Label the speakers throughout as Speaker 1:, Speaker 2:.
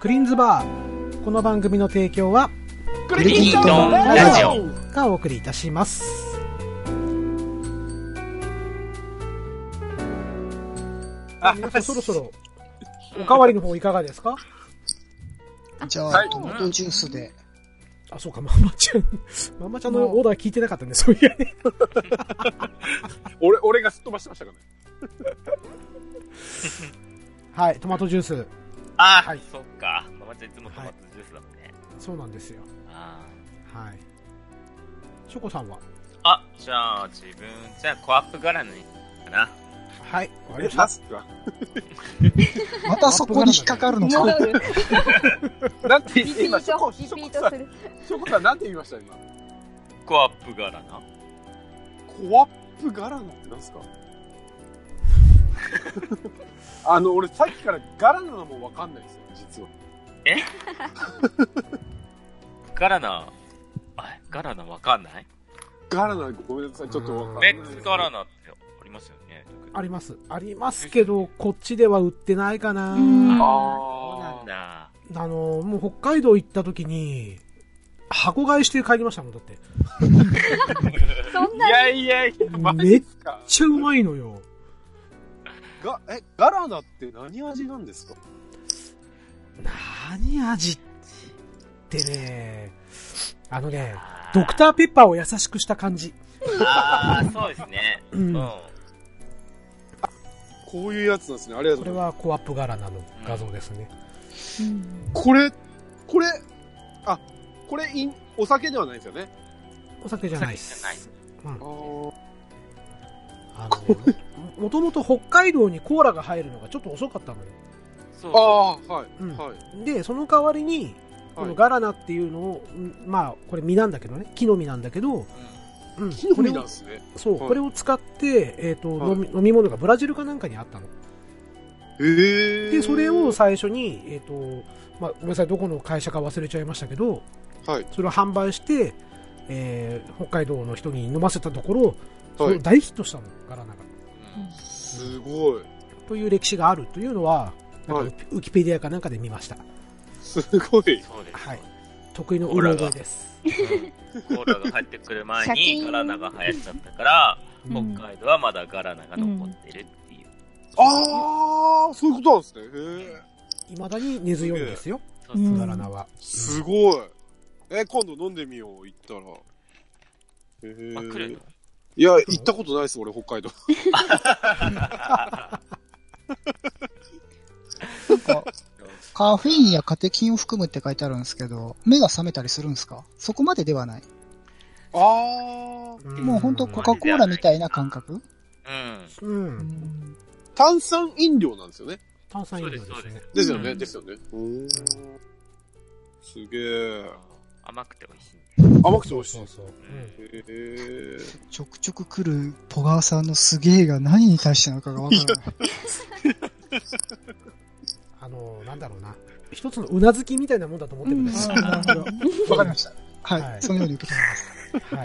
Speaker 1: クリーンズバー。この番組の提供は、
Speaker 2: ク
Speaker 3: リキントンラジオ
Speaker 1: がお送りいたします。皆さんそろそろ、おかわりの方いかがですか
Speaker 4: じゃあ、
Speaker 2: はい
Speaker 4: トマトジュースで。
Speaker 1: あ、そうか、ママちゃん、ママちゃんのオーダー聞いてなかったね、そういやね。
Speaker 2: 俺、俺がすっ飛ばしてましたからね。
Speaker 1: はい、トマトジュース。
Speaker 3: あー、
Speaker 1: はい
Speaker 3: そっか。ママちゃんいつもトマトジュースだもんね。
Speaker 1: そうなんですよ。
Speaker 3: あ
Speaker 1: はい。ショコさんは
Speaker 3: ーあ、じゃあ、自分、じゃあ、コアップ絡みかな。
Speaker 1: はい、わかりました
Speaker 2: ラ。ス
Speaker 4: またそこに引っかかるのか。
Speaker 5: 戻る。
Speaker 2: は。なんて、
Speaker 5: リピ
Speaker 2: 今、ショ
Speaker 5: ー
Speaker 2: コ、
Speaker 5: ト、
Speaker 2: シ
Speaker 5: リピー
Speaker 2: ョコさ
Speaker 5: ト
Speaker 2: ん
Speaker 5: する。
Speaker 2: ショコさん、なんて言いました今。
Speaker 3: コアップ絡な。
Speaker 2: コアップガラナってなん すかあの、俺さっきからガラナもわかんないんですよ、実は。
Speaker 3: ガラナ、あ、ガラナわかんない
Speaker 2: ガラナ、ごめんなさい、ちょっとわかんな
Speaker 3: レ
Speaker 2: い。
Speaker 3: ッツガラナってありますよね。
Speaker 1: あります。ありますけど、こっちでは売ってないかな。
Speaker 5: うん
Speaker 3: そうな
Speaker 2: あ
Speaker 3: ん
Speaker 2: ー。
Speaker 3: だ。
Speaker 1: あの、もう北海道行った時に、箱買いして帰りましたもん、だって。めっ
Speaker 5: そん
Speaker 2: い
Speaker 5: な
Speaker 2: やいやいや、マジっすか。
Speaker 1: ちゃうまいのよ。
Speaker 2: が、え、ガラナって何味なんですか
Speaker 1: 何味ってね、あのね、
Speaker 3: あー
Speaker 1: ドクターペッパーを優しくした感じ。
Speaker 3: あー、そうですね。
Speaker 1: う
Speaker 3: うんん。
Speaker 2: こういうやつなんですね。ありがとう
Speaker 1: こ
Speaker 2: ござ
Speaker 1: れ
Speaker 2: います。
Speaker 1: はコアップ柄なの画像ですね。
Speaker 2: これ、これ、あ、これ、いんお酒ではないですよね。
Speaker 1: お酒じゃないで
Speaker 3: お
Speaker 1: す。
Speaker 3: 酒じ
Speaker 2: あー
Speaker 1: あの、もともと北海道にコーラが入るのがちょっと遅かったのよ。
Speaker 3: そう。
Speaker 2: あー、はい、
Speaker 1: うん
Speaker 2: はい、
Speaker 1: で、その代わりに、この
Speaker 2: はい。
Speaker 1: ガラナっていうのを、うんまあ、これ実なんだけどね、木の実なんだけど、うん、
Speaker 2: 木の
Speaker 1: これ
Speaker 2: 実
Speaker 1: を
Speaker 2: なんですね。
Speaker 1: そう、
Speaker 2: はい
Speaker 1: これを使って、えっ、と、
Speaker 2: はい
Speaker 1: 飲み、飲み物がブラジルかなんかにあったの。
Speaker 2: えー。
Speaker 1: で、それを、最初に、えっ、と、まあ、ごめんなさい、どこの会社か忘れちゃいましたけど、
Speaker 2: はい
Speaker 1: それを販売して、えー北海道の人に飲ませたところ、そ
Speaker 2: は
Speaker 1: の
Speaker 2: い。
Speaker 1: 大ヒットしたの、ガラナが。
Speaker 2: すごい。
Speaker 1: という歴史があるというのは、なん
Speaker 2: は
Speaker 1: かウ
Speaker 2: い
Speaker 1: キウキペディアかなんかで見ました。
Speaker 2: すごい。
Speaker 3: そうです。
Speaker 1: はい得意のうろ覚えです。
Speaker 3: うんコーラが入ってくる前
Speaker 5: シャキー
Speaker 3: に
Speaker 5: ン
Speaker 3: ガラナが流行っちゃったから、
Speaker 1: う
Speaker 5: うん
Speaker 3: 北海道はまだガラナが残ってるっていう。
Speaker 2: ああ、そういうことなんですね。へえ。
Speaker 1: いまだに根強いんですよ、
Speaker 3: そうそう
Speaker 5: うん
Speaker 1: ガラナは。
Speaker 2: すごい。え、今度飲んでみよう、行ったら。
Speaker 3: まあ、来
Speaker 2: へ
Speaker 3: る
Speaker 2: え。いや、行ったことないです、俺、北海道。
Speaker 4: なんか、カフェインやカテキンを含むって書いてあるんですけど、目が覚めたりするんですかそこまでではない。
Speaker 2: ああ。
Speaker 4: もうほんとコカ・コーラみたいな感覚
Speaker 3: うん。
Speaker 1: うん、
Speaker 2: 炭酸飲料なんですよね。
Speaker 1: 炭酸飲料で
Speaker 3: そう
Speaker 1: す
Speaker 3: です
Speaker 1: ね。
Speaker 2: ですよね、
Speaker 3: うん
Speaker 2: ですよね。うんすげえ。
Speaker 3: 甘くて美味しい。
Speaker 2: 甘くて美味しい
Speaker 1: そう。そう。うん
Speaker 2: へえ。
Speaker 4: ちょくちょく来るポガーさんのすげえが何に対してなのかがわからない。
Speaker 1: あのなんだろうな。一つのうなずきみたいなもんだと思ってください。
Speaker 4: あーなるほど。わかりました。はい。
Speaker 1: はい
Speaker 4: そのように受け止めます。
Speaker 1: は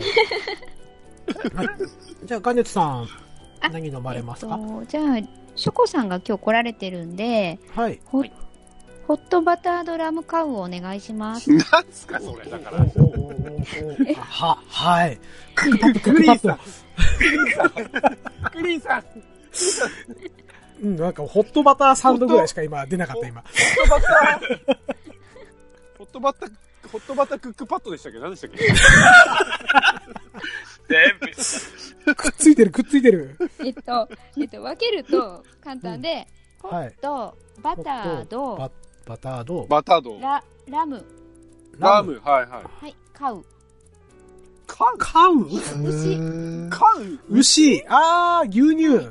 Speaker 1: い。はいじゃあ、ガネツさん、
Speaker 5: あ
Speaker 1: 何飲まれますか、
Speaker 5: えっとじゃあ、ショコさんが今日来られてるんで、
Speaker 1: はい。
Speaker 5: ホットバタードラムカウをお願いします。
Speaker 2: なんすか、それ。だから。
Speaker 1: おおおおおは、はい。ククパップ、ククパップ。
Speaker 2: クリーンさん、ホ
Speaker 1: うん、なんか、ホットバターサンドぐらいしか今出なかった、今。
Speaker 2: ットバター。ホットバター、ホットバタークックパッドでしたっけ何でしたっけ
Speaker 3: 全部
Speaker 1: くっついてる、くっついてる。
Speaker 5: えっと、えっと、分けると簡単で、
Speaker 1: うん
Speaker 5: ホット、バター
Speaker 1: ホッ
Speaker 5: ド、
Speaker 1: トババタード、
Speaker 2: バタード。
Speaker 5: ラ、ラム、
Speaker 2: ラム、はいはい。
Speaker 5: はい、カウ。
Speaker 2: カウ
Speaker 1: カウ
Speaker 5: 牛
Speaker 4: へー
Speaker 2: カウ
Speaker 1: 牛あー、牛乳。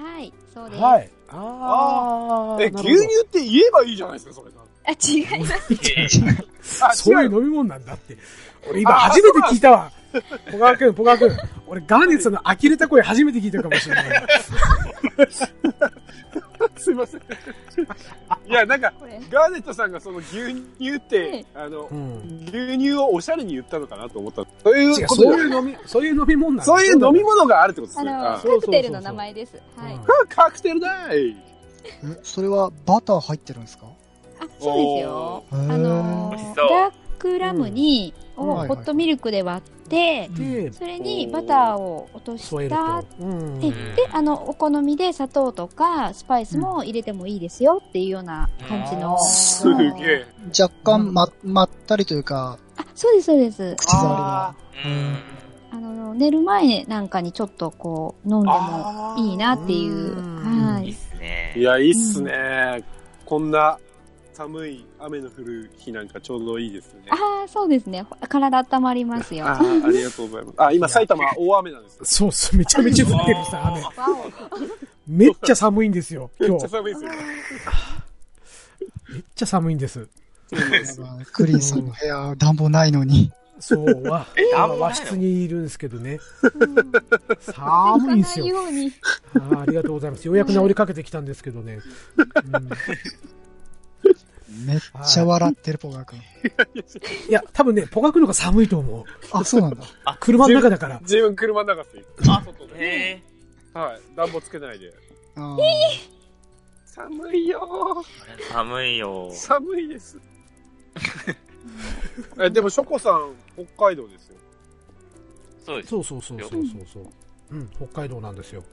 Speaker 5: はい、そうです。
Speaker 1: はい。あー。
Speaker 2: え、
Speaker 1: な
Speaker 2: 牛
Speaker 1: るほど
Speaker 2: 乳って言えばいいじゃないですか、それ。
Speaker 5: あ、違います。
Speaker 2: あ、
Speaker 1: そうい
Speaker 2: 違
Speaker 1: う
Speaker 2: う。
Speaker 1: 飲み物なんだって。俺今初めて聞いたわ。小川くん、小川くん。俺ガーネッツの呆れた声初めて聞いたかもしれない。
Speaker 2: すいません。いや、なんか、
Speaker 5: これ。
Speaker 2: ガーネットさんがその牛乳って、あの
Speaker 1: う、ん。
Speaker 2: 牛乳をおしゃれに言ったのかなと思った。そうい
Speaker 1: 違
Speaker 2: う
Speaker 1: う、
Speaker 2: こ
Speaker 1: そう
Speaker 2: と
Speaker 1: いう飲み、そういう飲み物なんだ
Speaker 2: そういう飲み物があるってことです
Speaker 5: あ
Speaker 2: ね。
Speaker 5: の、
Speaker 2: あ
Speaker 5: カ
Speaker 1: そうそうそうそう
Speaker 5: クテルの名前です。はい。
Speaker 1: うん
Speaker 2: カクテルだい
Speaker 4: えそれはバター入ってるんですか
Speaker 5: そうですよ。
Speaker 4: お
Speaker 5: あ
Speaker 4: ー
Speaker 5: の
Speaker 4: へ
Speaker 3: ー
Speaker 5: ー、ダークラムに、
Speaker 1: うん
Speaker 5: を
Speaker 1: はい
Speaker 5: ホットミルクで割って、
Speaker 1: で、
Speaker 5: それにバターを落とし
Speaker 1: 添える
Speaker 5: た。
Speaker 1: と。うん。
Speaker 5: で
Speaker 1: へ
Speaker 3: ん
Speaker 5: で、あの、お好みで砂糖とかスパイスも入れてもいいですよっていうような感じの。
Speaker 2: すげえ。
Speaker 4: 若干ま、まったりというか、
Speaker 5: あ、そうです、そうです。
Speaker 4: 口触りが。
Speaker 3: うん。
Speaker 5: あの、寝る前なんかにちょっとこう、飲んでも
Speaker 2: あー
Speaker 5: いいなっていう。
Speaker 1: うん
Speaker 5: はい
Speaker 3: いっ
Speaker 5: い。
Speaker 3: すね。
Speaker 2: いや、いいっすね。こんな寒い雨の降る日なんかちょうどいいですね。
Speaker 5: ああ、そうですね。体温まりますよ。
Speaker 2: あーありがとうございます。あ、今埼玉大雨なんですよ。
Speaker 1: そうっす。めちゃめちゃ降ってるさ、雨。
Speaker 5: わお
Speaker 1: めっちゃ寒いんですよ、
Speaker 2: め
Speaker 1: 今
Speaker 2: っちゃ
Speaker 1: 日。
Speaker 2: 寒いですよ。
Speaker 1: めっちゃ寒いんです。
Speaker 4: クリーンさんの部屋、暖房ないのに。
Speaker 1: そう、 わ、
Speaker 3: 暖房ないの
Speaker 1: 和室にいるんですけどね。
Speaker 5: うん
Speaker 1: 寒いんです よ。
Speaker 5: ように。
Speaker 1: あーありがとうございます。ようやく治りかけてきたんですけどね。うん
Speaker 4: めっちゃ笑ってる、ポガ君。
Speaker 1: いや、多分ね、ポカクの方が寒いと思う。
Speaker 4: あ、そうなんだ。
Speaker 1: 車の中だから。
Speaker 2: 自分車の中ですよ。あ、外で。
Speaker 3: へ
Speaker 2: はい。暖房つけないで。
Speaker 4: あ
Speaker 2: 寒いよ
Speaker 3: え。寒いよ
Speaker 2: ー。。寒いです。 え、でも、ショコさん、北海道ですよ。
Speaker 3: そうです。
Speaker 1: そうそうそうそうそうそう。うん、北海道なんですよ。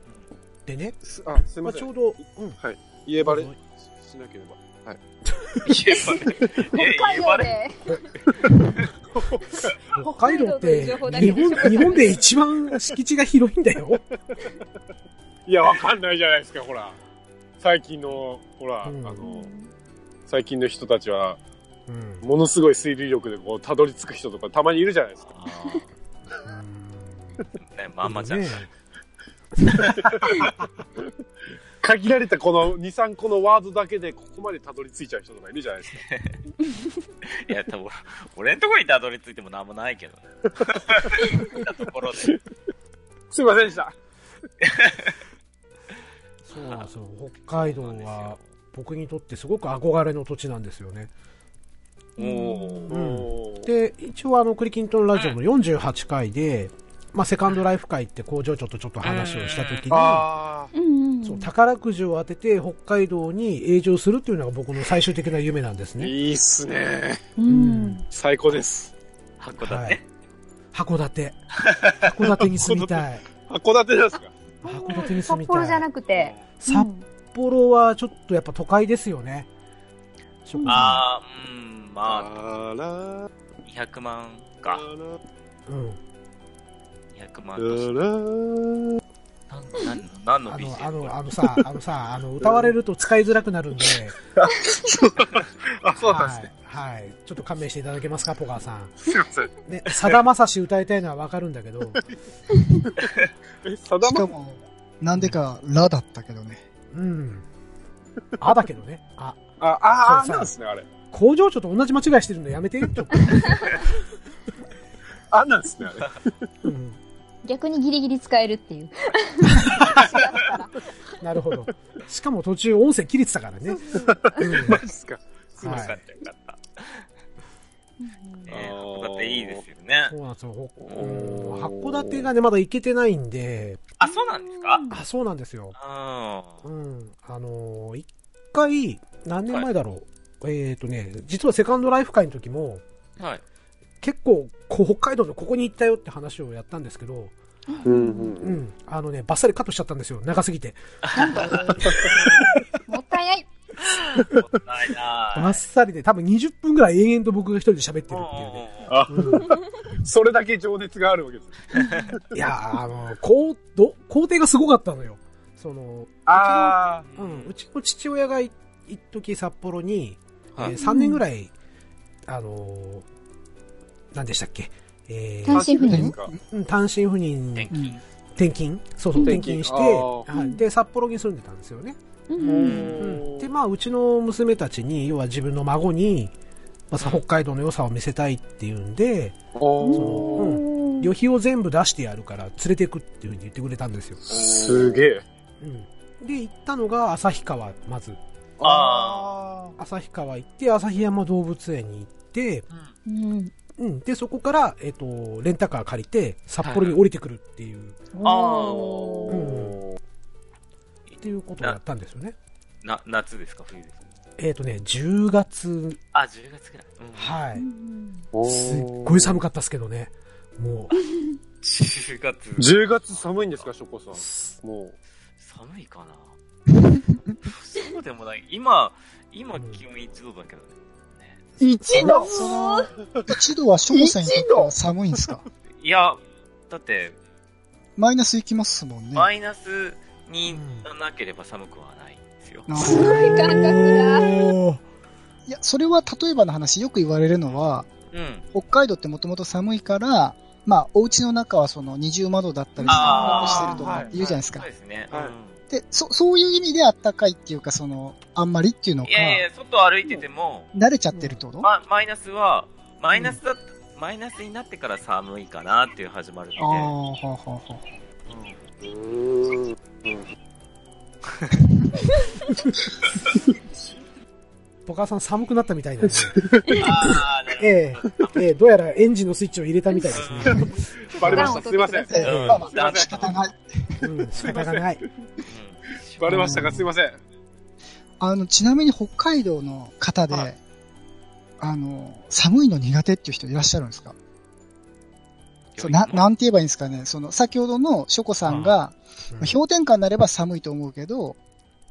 Speaker 1: でね、
Speaker 2: すあ、すい
Speaker 1: ま
Speaker 2: ま
Speaker 1: あ、
Speaker 2: せ
Speaker 1: ち
Speaker 2: ん
Speaker 1: ょう。ど、うん、
Speaker 2: 家バレしなければ。
Speaker 3: 家バレ。家バレ。
Speaker 5: で。
Speaker 1: 北海道って
Speaker 5: 北海道の情報だ
Speaker 1: 日
Speaker 5: けで
Speaker 1: 本日本で一番敷地が広いんだよ。
Speaker 2: いや、わかんないじゃないですか、ほら。最近の、ほら、
Speaker 1: うん
Speaker 2: あの、最近の人たちは、
Speaker 1: うんうん
Speaker 2: ものすごい推理力でこう、たどり着く人とか、たまにいるじゃないですか。
Speaker 3: あーね、まんまじゃん。
Speaker 1: ね
Speaker 2: 限られたこの2、3個のワードだけで、ここまでたどり着いちゃう人とかいるじゃないですか。
Speaker 3: いや、多分俺のところにたどり着いてもなんもない けどね。行ったところで。
Speaker 2: すいませんでした。
Speaker 1: そうなんですよ。北海道は僕にとってすごく憧れの土地なんですよね。
Speaker 3: もう、
Speaker 2: おー
Speaker 1: で、一応あの、クリキントンラジオの48回で、まあ、セカンドライフ会って工場長とちょっと話をした時に、
Speaker 2: あ
Speaker 5: うんうん。
Speaker 1: そう宝くじを当てて北海道に営業するっていうのが僕の最終的な夢なんです
Speaker 2: ー、
Speaker 1: ね。
Speaker 2: いいっすね。
Speaker 5: うん。
Speaker 2: 最高です。
Speaker 3: 函館、
Speaker 1: はい函館。函館に住みたい。
Speaker 2: 函館ですか
Speaker 1: 函館に住み
Speaker 5: 札
Speaker 1: た
Speaker 5: 幌
Speaker 1: い。
Speaker 5: じゃなくて。
Speaker 1: 札
Speaker 5: うん
Speaker 1: 幌はちょっとやっぱ都会ですよね。
Speaker 5: うん
Speaker 3: あー、うん、ま
Speaker 2: あら
Speaker 3: あ、200万か。
Speaker 1: うん。
Speaker 3: 200万
Speaker 2: あ
Speaker 3: として。
Speaker 2: ら
Speaker 3: なんなんの
Speaker 1: あ
Speaker 3: 何の
Speaker 1: の、あ
Speaker 3: BGM
Speaker 1: の、あのさ、あのさ、あの、歌われると使いづらくなるんで、
Speaker 2: あ、そうなんです
Speaker 1: はい。はい。ちょっと勘弁していただけますか、ポガーさん。
Speaker 2: すいません。
Speaker 1: ね、さだまさし歌いたいのはわかるんだけど、
Speaker 2: え、さ
Speaker 4: ー
Speaker 2: だ
Speaker 4: し
Speaker 2: ま
Speaker 4: かも、なんでか、ラだったけどね。
Speaker 1: うん。あだけどね。あ、
Speaker 2: あ、あ、
Speaker 1: そ
Speaker 2: あ
Speaker 1: うそう
Speaker 2: なんですね、あれ。
Speaker 1: 工場長と同じ間違いしてるのやめて。ちょっと
Speaker 2: あなんですね、あれ。
Speaker 1: うん。
Speaker 5: 逆にギリギリ使えるっていう。
Speaker 1: なるほど。しかも途中音声切れてたからね。うん
Speaker 2: マジっすか。
Speaker 3: すごかったよかった。ね、
Speaker 2: あー
Speaker 3: 函館いいですよね
Speaker 1: そ。うなんですよ。ほうん
Speaker 2: おー
Speaker 1: 函館がね、まだ行けてないんで、
Speaker 3: あ、そうなんですか
Speaker 1: あ、そうなんですよ。う。
Speaker 3: うん
Speaker 1: あのー一回、何年前だろう。えっ、とね、実はセカンドライフ会の時も、
Speaker 3: ん。はい。
Speaker 1: 結構、こう北海道のここに行ったよって話をやったんですけど、
Speaker 2: うん
Speaker 1: う
Speaker 2: うん。
Speaker 1: ん。あのね、バッサリカットしちゃったんですよ。長すぎて。
Speaker 5: もったいない。
Speaker 3: もったいない。
Speaker 1: バッサリで、多分20分ぐらい延々と僕が一人で喋ってるっていうね。
Speaker 3: うんうんうん
Speaker 2: あ、
Speaker 1: うん
Speaker 2: それだけ情熱があるわけですね。
Speaker 1: いや、あの、こう、ど、工程がすごかったのよ。その、
Speaker 2: あ
Speaker 1: う
Speaker 3: うん
Speaker 1: ん、うちの父親がい一時札幌に、え
Speaker 3: はい
Speaker 1: 3年ぐらい、あのー、何でしたっけ、え
Speaker 5: 単
Speaker 1: ー、
Speaker 5: 身赴任
Speaker 2: か。
Speaker 1: うん単身赴任、
Speaker 3: 天
Speaker 1: 転
Speaker 3: 気。
Speaker 1: 勤そうそう、
Speaker 2: 転
Speaker 1: 転勤
Speaker 2: 勤
Speaker 1: して、
Speaker 2: あー
Speaker 1: はいで、札幌に住んでたんですよね。
Speaker 5: うん。
Speaker 1: うん、で、まあ、うちの娘たちに、要は自分の孫に、まあ、さ北海道の良さを見せたいっていうんで、
Speaker 2: おー
Speaker 5: うん
Speaker 1: 旅費を全部出してやるから連れてくっていうふうに言ってくれたんですよ。
Speaker 2: すげえ。
Speaker 1: うん、で、行ったのが旭川、まず。
Speaker 3: あ
Speaker 1: 旭川行って、旭山動物園に行って、
Speaker 5: うん。
Speaker 1: うん、でそこから、えっとレンタカー借りて札幌に降りてくるっていう、
Speaker 3: あ
Speaker 1: うんっていうことをやったんですよね
Speaker 3: な、夏ですか、冬ですか。
Speaker 1: えっ、とね、10月、
Speaker 3: あ、10月ぐらい。うん、
Speaker 1: は
Speaker 5: う
Speaker 1: い。
Speaker 5: ん
Speaker 1: すっごい寒かったですけどね。もう、
Speaker 3: 10月。
Speaker 2: 10月寒いんですか、ショコさ
Speaker 1: す
Speaker 2: ん。も
Speaker 3: 寒いかなそうでもない。今、今気温1度だけどね。
Speaker 2: う。一
Speaker 4: 度一度は翔さんにとっては寒いんですか
Speaker 3: いや、だって、
Speaker 4: マイナスいきますもんね。
Speaker 3: マイナスに
Speaker 1: うん
Speaker 3: なければ寒くはないんですよ。
Speaker 4: あ
Speaker 5: すごい感覚だ。
Speaker 1: おー
Speaker 4: いや、それは例えばの話、よく言われるのは、
Speaker 3: うん。
Speaker 4: 北海道ってもともと寒いから、まあ、お家の中はその二重窓だったりして
Speaker 3: あー
Speaker 4: してるとかって言うじゃないですか。
Speaker 3: そうですね。
Speaker 2: はい
Speaker 3: うん
Speaker 4: で、そ、そういう意味であったかいっていうか、その、あんまりっていうのか
Speaker 3: い、やいや、外歩いてても、
Speaker 4: 慣れちゃってるってこと、
Speaker 3: ま、マイナスは、マイナスだ、マイナスになってから寒いかなっていう始まる
Speaker 4: ああ、
Speaker 3: の
Speaker 4: はあはあはあ。
Speaker 3: で、うん
Speaker 2: うん。
Speaker 1: ポカさん寒くなったみたいなんですね。
Speaker 3: あーなる
Speaker 1: ええええどうやらエンジンのスイッチを入れたみたいですね。
Speaker 2: バレました。すいません。
Speaker 4: ええ
Speaker 3: うん
Speaker 4: まあまあ
Speaker 2: すいません
Speaker 4: 仕方ない。
Speaker 1: うん、仕方がない。
Speaker 3: ほ
Speaker 2: バレましたか、すいません。
Speaker 4: あの、ちなみに北海道の方で、
Speaker 2: は
Speaker 4: あの、寒いの苦手っていう人いらっしゃるんですか
Speaker 3: ど。
Speaker 4: そうな、なんて言えばいいんですかね。その、先ほどのショコさんが、
Speaker 1: うん
Speaker 4: まあ氷点下になれば寒いと思うけど、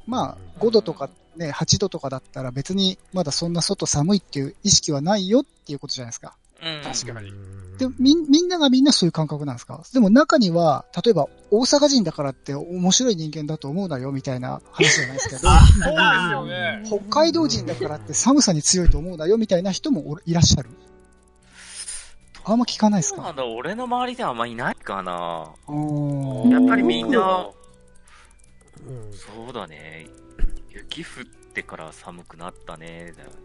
Speaker 4: まあ、5度とかね、8度とかだったら別にまだそんな外寒いっていう意識はないよっていうことじゃないですか。
Speaker 3: うん、
Speaker 2: 確かに。
Speaker 1: うん
Speaker 4: で、みん、みんながみんなそういう感覚なんですかでも中には、例えば大阪人だからって面白い人間だと思うなよみたいな話じゃないですけど、
Speaker 2: そうですよね。
Speaker 4: 北海道人だからって寒さに強いと思うなよみたいな人もおるいらっしゃる。あんま聞かないです
Speaker 3: そうな
Speaker 4: か
Speaker 3: んだ、俺の周りではあんまいないかな。
Speaker 4: あー
Speaker 3: やっぱりみんな、
Speaker 1: うん
Speaker 3: そうだね。雪降ってから寒くなったね、だよね。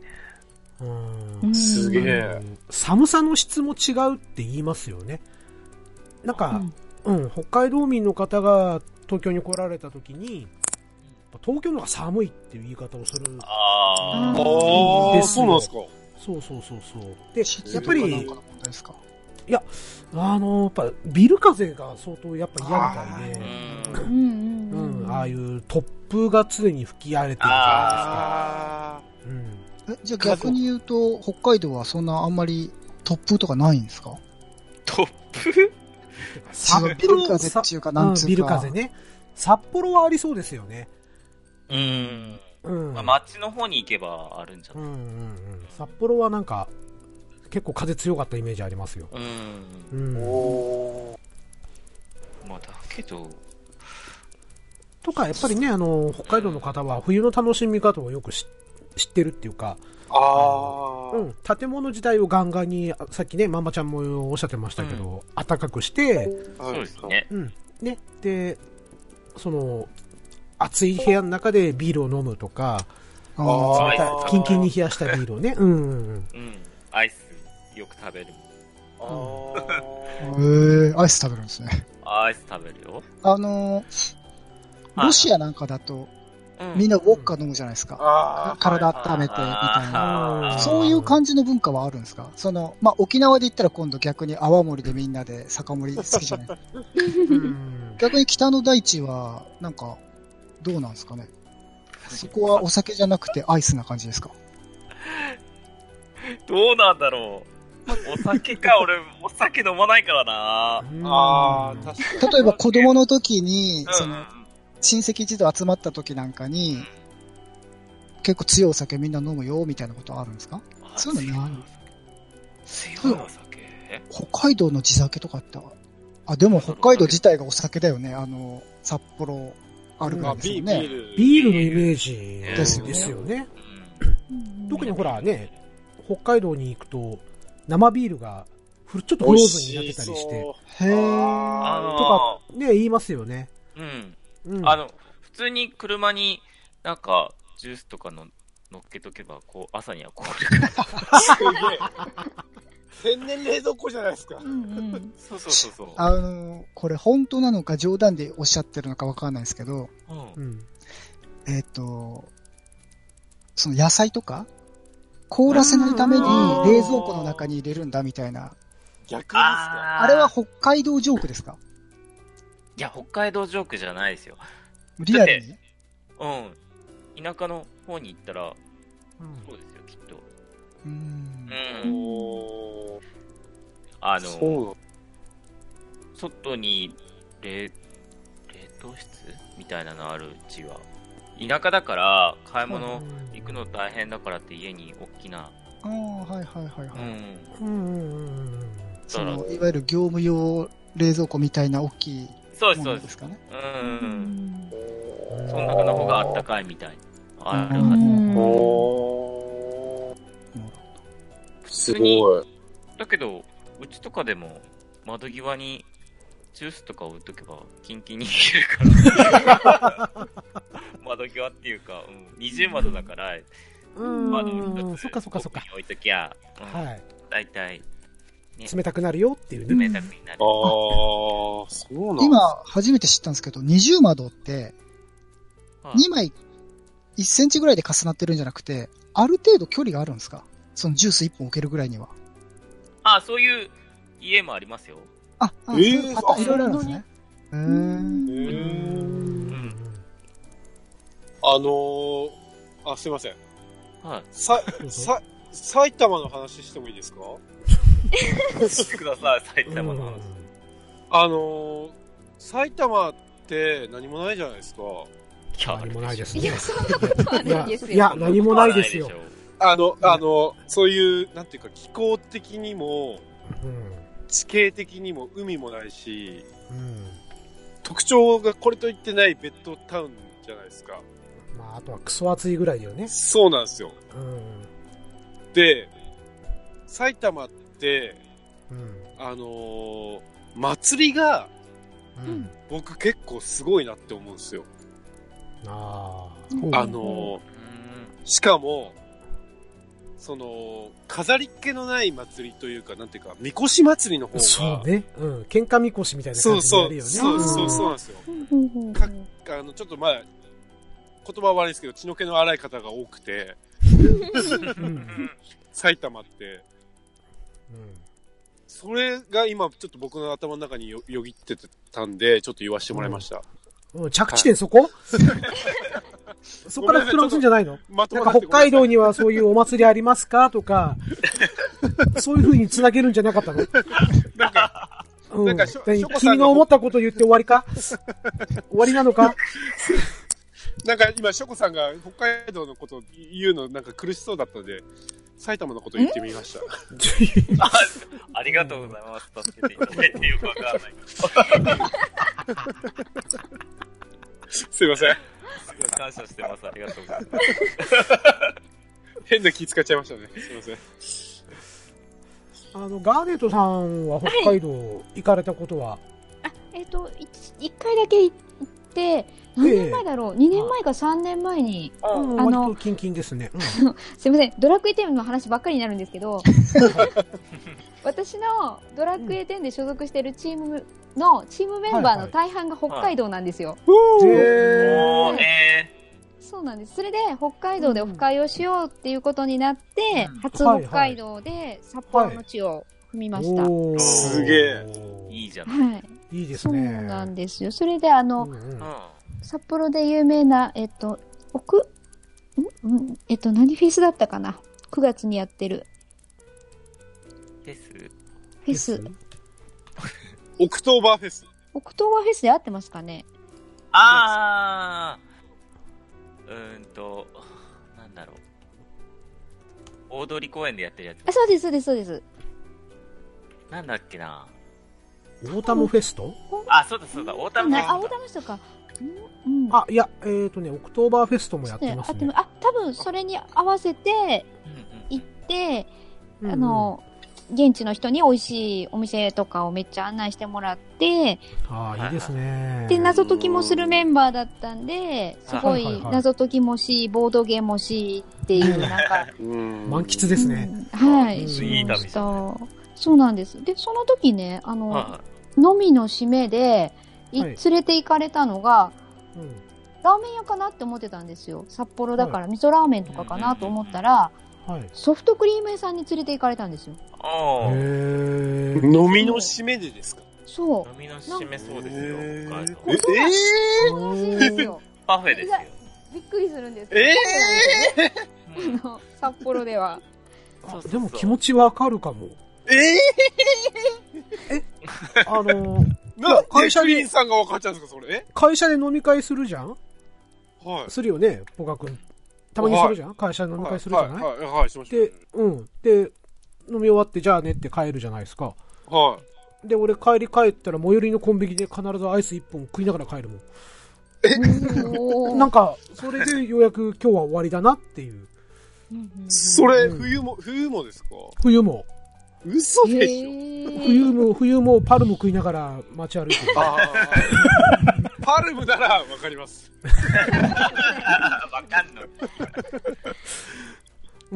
Speaker 1: うん
Speaker 5: うん
Speaker 2: すげえ
Speaker 1: 寒さの質も違うって言いますよね。なんか、うん、北海道民の方が東京に来られた時に、東京の方が寒いっていう言い方をする。
Speaker 3: あ
Speaker 5: ー
Speaker 2: ああ、そうなんですか。
Speaker 1: そうそうそうそう。で、やっぱ
Speaker 4: 湿度かなん
Speaker 1: り
Speaker 4: か、の問題ですか
Speaker 1: あの、やっぱビル風が相当やっぱ嫌みたい
Speaker 3: ー
Speaker 1: で、
Speaker 3: うん。
Speaker 5: うん
Speaker 1: う
Speaker 5: うん
Speaker 1: ん、
Speaker 5: うん。
Speaker 1: ああいう突風が常に吹き荒れてるじゃ
Speaker 2: あ
Speaker 1: な
Speaker 2: あ。
Speaker 1: いですか。
Speaker 4: えじゃあ逆に言うと、北海道はそんなあんまり突風とかないんですか
Speaker 3: トップ
Speaker 1: うん。
Speaker 4: そうビル風っていうか、なんつ
Speaker 1: ビ
Speaker 4: う
Speaker 1: ル
Speaker 4: か。
Speaker 1: 風ね。札幌はありそうですよね。
Speaker 3: うん。
Speaker 1: うん。
Speaker 3: まあ、街の方に行けばあるんじゃ
Speaker 1: う
Speaker 3: なんい
Speaker 1: うんうん。札幌はなんか、結構風強かったイメージありますよ。
Speaker 3: うん。
Speaker 1: うん。
Speaker 2: お
Speaker 3: まあ、だけど、
Speaker 1: とか、やっぱりね、あの、北海道の方は冬の楽しみ方をよく知知ってるっていうか、
Speaker 2: ああ。
Speaker 1: うん、建物自体をガンガンに、あさっきね、まんまちゃんもおっしゃってましたけど、暖かくして、
Speaker 3: そうです。ね。
Speaker 1: うん、ね、で、その、暑い部屋の中でビールを飲むとか、
Speaker 4: あ
Speaker 2: あ
Speaker 4: ー
Speaker 2: ー
Speaker 1: 冷たいキンキンに冷やしたビールをね、うんうんうん。
Speaker 3: うん。アイス、よく食べる。
Speaker 2: あ
Speaker 4: へ
Speaker 2: あ。
Speaker 4: ーアイス食べるんですね。
Speaker 3: アイス食べるよ。
Speaker 4: あのー、ロシアなんかだと、
Speaker 3: うん
Speaker 4: みんなウォッカ飲むじゃないですか。
Speaker 2: あ
Speaker 4: 体温めて、みたいな。
Speaker 3: あー
Speaker 4: そういう感じの文化はあるんですかその、まあ、沖縄で言ったら今度逆に泡盛でみんなで酒盛り好きじゃない
Speaker 1: うん
Speaker 4: 逆に北の大地は、なんか、どうなんですかねそこはお酒じゃなくてアイスな感じですか
Speaker 3: どうなんだろう。お酒か、俺、お酒飲まないからな。
Speaker 2: ああ、
Speaker 1: うん
Speaker 2: 確かに。
Speaker 4: 例えば子供の時に、
Speaker 3: う
Speaker 4: その、
Speaker 3: ん。
Speaker 4: 親戚一同集まった時なんかに、結構強いお酒みんな飲むよ、みたいなことあるんですか
Speaker 3: あ
Speaker 4: そういうのない
Speaker 3: 強いお酒
Speaker 4: 北海道の地酒とかって、あ、でも北海道自体がお酒だよね。あの、札幌、あるから
Speaker 2: あ
Speaker 4: です
Speaker 2: ビ
Speaker 4: よ
Speaker 2: ー
Speaker 4: ね。
Speaker 2: ル。
Speaker 1: ビールのイメージ
Speaker 4: ですよね
Speaker 1: ですよね。
Speaker 5: うん
Speaker 1: 特にほらね、北海道に行くと、生ビールがフル、ちょっとフローズンになってたりして、。
Speaker 4: へー。
Speaker 3: あ
Speaker 2: あ
Speaker 1: とか
Speaker 3: の
Speaker 1: ね、言いますよね。
Speaker 3: ー、うん。
Speaker 1: うん、
Speaker 3: あの、普通に車になんか、ジュースとかの乗っけとけば、こう、朝にはこう、
Speaker 2: あ、すげえ。天然冷蔵庫じゃないですか
Speaker 5: う。んうん。
Speaker 3: そうそうそうそう。
Speaker 4: あの、これ本当なのか冗談でおっしゃってるのかわかんないですけど、
Speaker 3: うん
Speaker 1: うん、
Speaker 4: えっ、と、その野菜とか、凍らせないために
Speaker 2: うん
Speaker 4: 冷蔵庫の中に入れるんだみたいな。
Speaker 2: 逆ですか。
Speaker 3: あー
Speaker 4: あれは北海道ジョークですか
Speaker 3: いや、北海道ジョークじゃないですよ。
Speaker 4: リアルに
Speaker 3: うん。田舎の方に行ったら、そうですよ、きっと。
Speaker 4: うん
Speaker 5: う
Speaker 3: う。
Speaker 5: ん
Speaker 2: おー
Speaker 3: あの、
Speaker 2: そ
Speaker 3: 外に冷、冷凍室みたいなのあるうちは、田舎だから、買い物行くの大変だからって家に大きな、
Speaker 4: ああ、はいはいはいはい。
Speaker 3: うん。
Speaker 1: うんうんうんうんうん
Speaker 4: そ
Speaker 3: そう
Speaker 4: の、いわゆる業務用冷蔵庫みたいな大きい
Speaker 3: そうで
Speaker 4: も
Speaker 3: す、そ
Speaker 4: の
Speaker 3: うで。
Speaker 4: ですすかね。
Speaker 3: う。
Speaker 5: うんん
Speaker 3: その中の方があったかいみたい。ある
Speaker 4: う
Speaker 3: はず。
Speaker 4: ん
Speaker 2: うおー
Speaker 3: 普通
Speaker 2: すごい
Speaker 3: に、だけど、うちとかでも、窓際に、ジュースとか置いとけば、キンキンに冷える から。窓際っていうか、うん、二重窓だから、窓
Speaker 1: う
Speaker 3: 一
Speaker 1: ん
Speaker 3: つ、
Speaker 1: そっかそっかそっか
Speaker 3: 奥に置いときゃ、うん
Speaker 1: はい
Speaker 3: 大体、
Speaker 1: 冷たくなるよっていうね
Speaker 3: 冷たくになる
Speaker 2: あ。ーそうなん
Speaker 4: 今、初めて知ったんですけど、二重窓って、
Speaker 3: はい
Speaker 4: 2枚1センチぐらいで重なってるんじゃなくて、ある程度距離があるんですかそのジュース1本置けるぐらいには。
Speaker 3: あ、そういう家もありますよ。
Speaker 4: あ、あ
Speaker 2: え
Speaker 4: そ
Speaker 2: ー
Speaker 4: ういうパター
Speaker 2: あ
Speaker 4: ンいろいろあるんですね。うーん。
Speaker 1: う
Speaker 2: へー
Speaker 1: ん
Speaker 2: あのー、あ、すいません。
Speaker 3: は
Speaker 2: さ、
Speaker 1: どうぞ
Speaker 2: さ、埼玉の話してもいいですか
Speaker 3: い。してください、埼玉の話。
Speaker 2: あのー、埼玉って何もないじゃないですか。
Speaker 3: いや
Speaker 1: 何もないです
Speaker 5: いや
Speaker 1: ね
Speaker 5: そんなことあ
Speaker 1: い
Speaker 5: る
Speaker 1: や
Speaker 5: んですよ
Speaker 1: いや何もないですよ
Speaker 3: あるでし
Speaker 2: あの、あの、そういう、なんていうか、気候的にも、
Speaker 1: うん
Speaker 2: 地形的にも海もないし、
Speaker 1: うん
Speaker 2: 特徴がこれといってないベッドタウンじゃないですか。
Speaker 1: まああとはクソ暑いぐらいだよね
Speaker 2: そうなんですよ。
Speaker 1: うん
Speaker 2: で、埼玉って、
Speaker 1: うん
Speaker 2: あのー祭りが
Speaker 1: うん
Speaker 2: 僕結構すごいなって思うんですよ。
Speaker 1: あ
Speaker 2: あのー
Speaker 3: ょう
Speaker 2: しかも、その、飾りっ気のない祭りというか、なんていうか、みこし祭りの方
Speaker 1: あ
Speaker 2: が。
Speaker 1: そうねうん喧嘩みこしみたいな
Speaker 2: そ
Speaker 1: 感
Speaker 2: う
Speaker 1: じに
Speaker 2: そ
Speaker 1: なる
Speaker 2: う、
Speaker 1: よね
Speaker 2: そうそう、そうなん
Speaker 1: ん
Speaker 2: ですよ。
Speaker 5: うんうんうん
Speaker 2: かあの、ちょっとまあ、言葉は悪いですけど、血の気の荒い方が多くて、
Speaker 1: うんうん
Speaker 3: うん
Speaker 2: 埼玉って、それが今、ちょっと僕の頭の中によよぎってたんで、ちょっと言わせてもらいました。
Speaker 1: うん着地点そこそこから膨らますんじゃないの
Speaker 2: まと
Speaker 1: な
Speaker 2: も
Speaker 1: んか
Speaker 2: って
Speaker 1: 北海道
Speaker 2: に。
Speaker 1: にはそういうお祭りありますかとか、そういう風に繋げるんじゃなかったの
Speaker 2: なんか、
Speaker 1: うん
Speaker 2: なんかしょ
Speaker 1: 何
Speaker 2: しょこさんが
Speaker 1: 君が思ったこと言って終わりか終わりなの か
Speaker 2: なんか今、ショコさんが北海道のこと言うのなんか苦しそうだったんで、埼玉のこと言ってみました。
Speaker 3: あありがとうございます。助けていただいてよくわからない。
Speaker 2: すいません。
Speaker 3: すごい感謝してます。ありがとうございます。
Speaker 2: 変な気使っちゃいましたね。すいません。
Speaker 1: あの、ガーネットさんは北海道行かれたことは、
Speaker 5: えっとい一回だけ行って何年前だろう、二年前か3年前に
Speaker 1: うん
Speaker 5: あ
Speaker 1: 割
Speaker 5: の
Speaker 1: とキンキンですね。
Speaker 5: すいません、ドラクエ10の話ばっかりになるんですけど、私のドラクエ10で所属しているチームの、チームメンバーの大半が北海道なんですよ。
Speaker 1: うん
Speaker 3: もう
Speaker 1: へ
Speaker 3: ね、
Speaker 5: そうなんです。それで、北海道でオフ会をしようっていうことになって、
Speaker 3: うん
Speaker 5: 初北海道で札幌の地を踏み
Speaker 1: ー
Speaker 5: ました。はい。
Speaker 1: おー
Speaker 2: すげえ
Speaker 3: いいじゃない。
Speaker 1: いいです
Speaker 5: そう
Speaker 1: ね。
Speaker 5: なんですよ。それで、あの、
Speaker 1: うんうん
Speaker 3: う
Speaker 5: 札幌で有名な、えっと、奥、んんえっと、何フェスだったかな ?9 月にやってる
Speaker 3: ん。です。
Speaker 5: フェス。
Speaker 2: オクトーバーフェス。
Speaker 5: オクトーバーフェスで合ってますかね
Speaker 3: あー。うーんと、なんだろう。大通公園でやってるや
Speaker 5: あ
Speaker 3: つ。
Speaker 5: そうです、そうです、そうです。
Speaker 3: なんだっけな。
Speaker 1: オータムフェスト
Speaker 3: あ、そうだそうだ、オータムフェス
Speaker 5: あ、
Speaker 3: ト
Speaker 5: オー
Speaker 3: だ
Speaker 5: タムストか。うん。うん、
Speaker 1: あ、いや、えっ、ー、とね、オクトーバーフェストもやってます
Speaker 5: あでも
Speaker 1: ね。
Speaker 5: あ、多分それに合わせて
Speaker 3: うんうん
Speaker 5: 行って、
Speaker 1: うんうん
Speaker 5: あ、の、現地の人に美味しいお店とかをめっちゃ案内してもらって、
Speaker 1: あーいいですね。
Speaker 5: で、謎解きもするメンバーだったんで、すご
Speaker 1: はいはいいはい
Speaker 5: 謎解きもし、ボードゲームもしっていう、なんか、
Speaker 2: うん
Speaker 1: 満喫ですね。
Speaker 5: うんは
Speaker 1: う
Speaker 5: い、
Speaker 1: ん
Speaker 5: し
Speaker 1: いい
Speaker 5: ま
Speaker 1: 旅
Speaker 3: で
Speaker 5: し
Speaker 3: す
Speaker 5: た。そうなんです。で、その時ね、あの、
Speaker 3: は
Speaker 5: 飲みの締めで、い
Speaker 1: はい
Speaker 5: 連れて行かれたのが、
Speaker 1: うん
Speaker 5: ラーメン屋かなって思ってたんですよ。札幌だから味噌ラーメンとかかなと思ったら、
Speaker 1: はい。
Speaker 5: ソフトクリーム屋さんに連れて行かれたんですよ。
Speaker 3: い。おー。
Speaker 1: へー
Speaker 2: 飲みの締めでですか
Speaker 5: そ
Speaker 3: 飲みの締めそうです
Speaker 2: へー
Speaker 3: よ。北海道
Speaker 2: ええ
Speaker 5: う。そうらしいんですよ。
Speaker 3: パフェですよ。
Speaker 5: びっくりするんです
Speaker 2: え
Speaker 5: けど。
Speaker 3: うん
Speaker 5: あの札幌では。
Speaker 3: そうそうそう
Speaker 1: でも気持ちわかるかも。
Speaker 2: え
Speaker 1: あのー、
Speaker 2: ー、なんで
Speaker 1: 会社
Speaker 2: ク
Speaker 1: に
Speaker 2: リーンさんが分かっちゃうんですか、それ。
Speaker 1: 会社で飲み会するじゃん
Speaker 2: えはい。
Speaker 1: するよね、ポカ君。たまにするじゃん会社で飲み会するじゃない、
Speaker 2: はい、はい、はい、しました。
Speaker 1: で、うん。で、飲み終わって、じゃあねって帰るじゃないですか。
Speaker 2: は
Speaker 1: で、俺帰り帰ったら、最寄りのコンビニで必ずアイス1本食いながら帰るもん。
Speaker 5: おー
Speaker 1: なんか、それでようやく今日は終わりだなっていう。
Speaker 2: い。それ、
Speaker 1: うん
Speaker 2: 冬も、冬もですか
Speaker 1: 冬も、
Speaker 2: 嘘
Speaker 5: へ
Speaker 2: でしょ。
Speaker 5: ー
Speaker 1: 冬も、冬もパルム食いながら街歩いてる。
Speaker 2: あーパルムなら分かります。
Speaker 3: わかん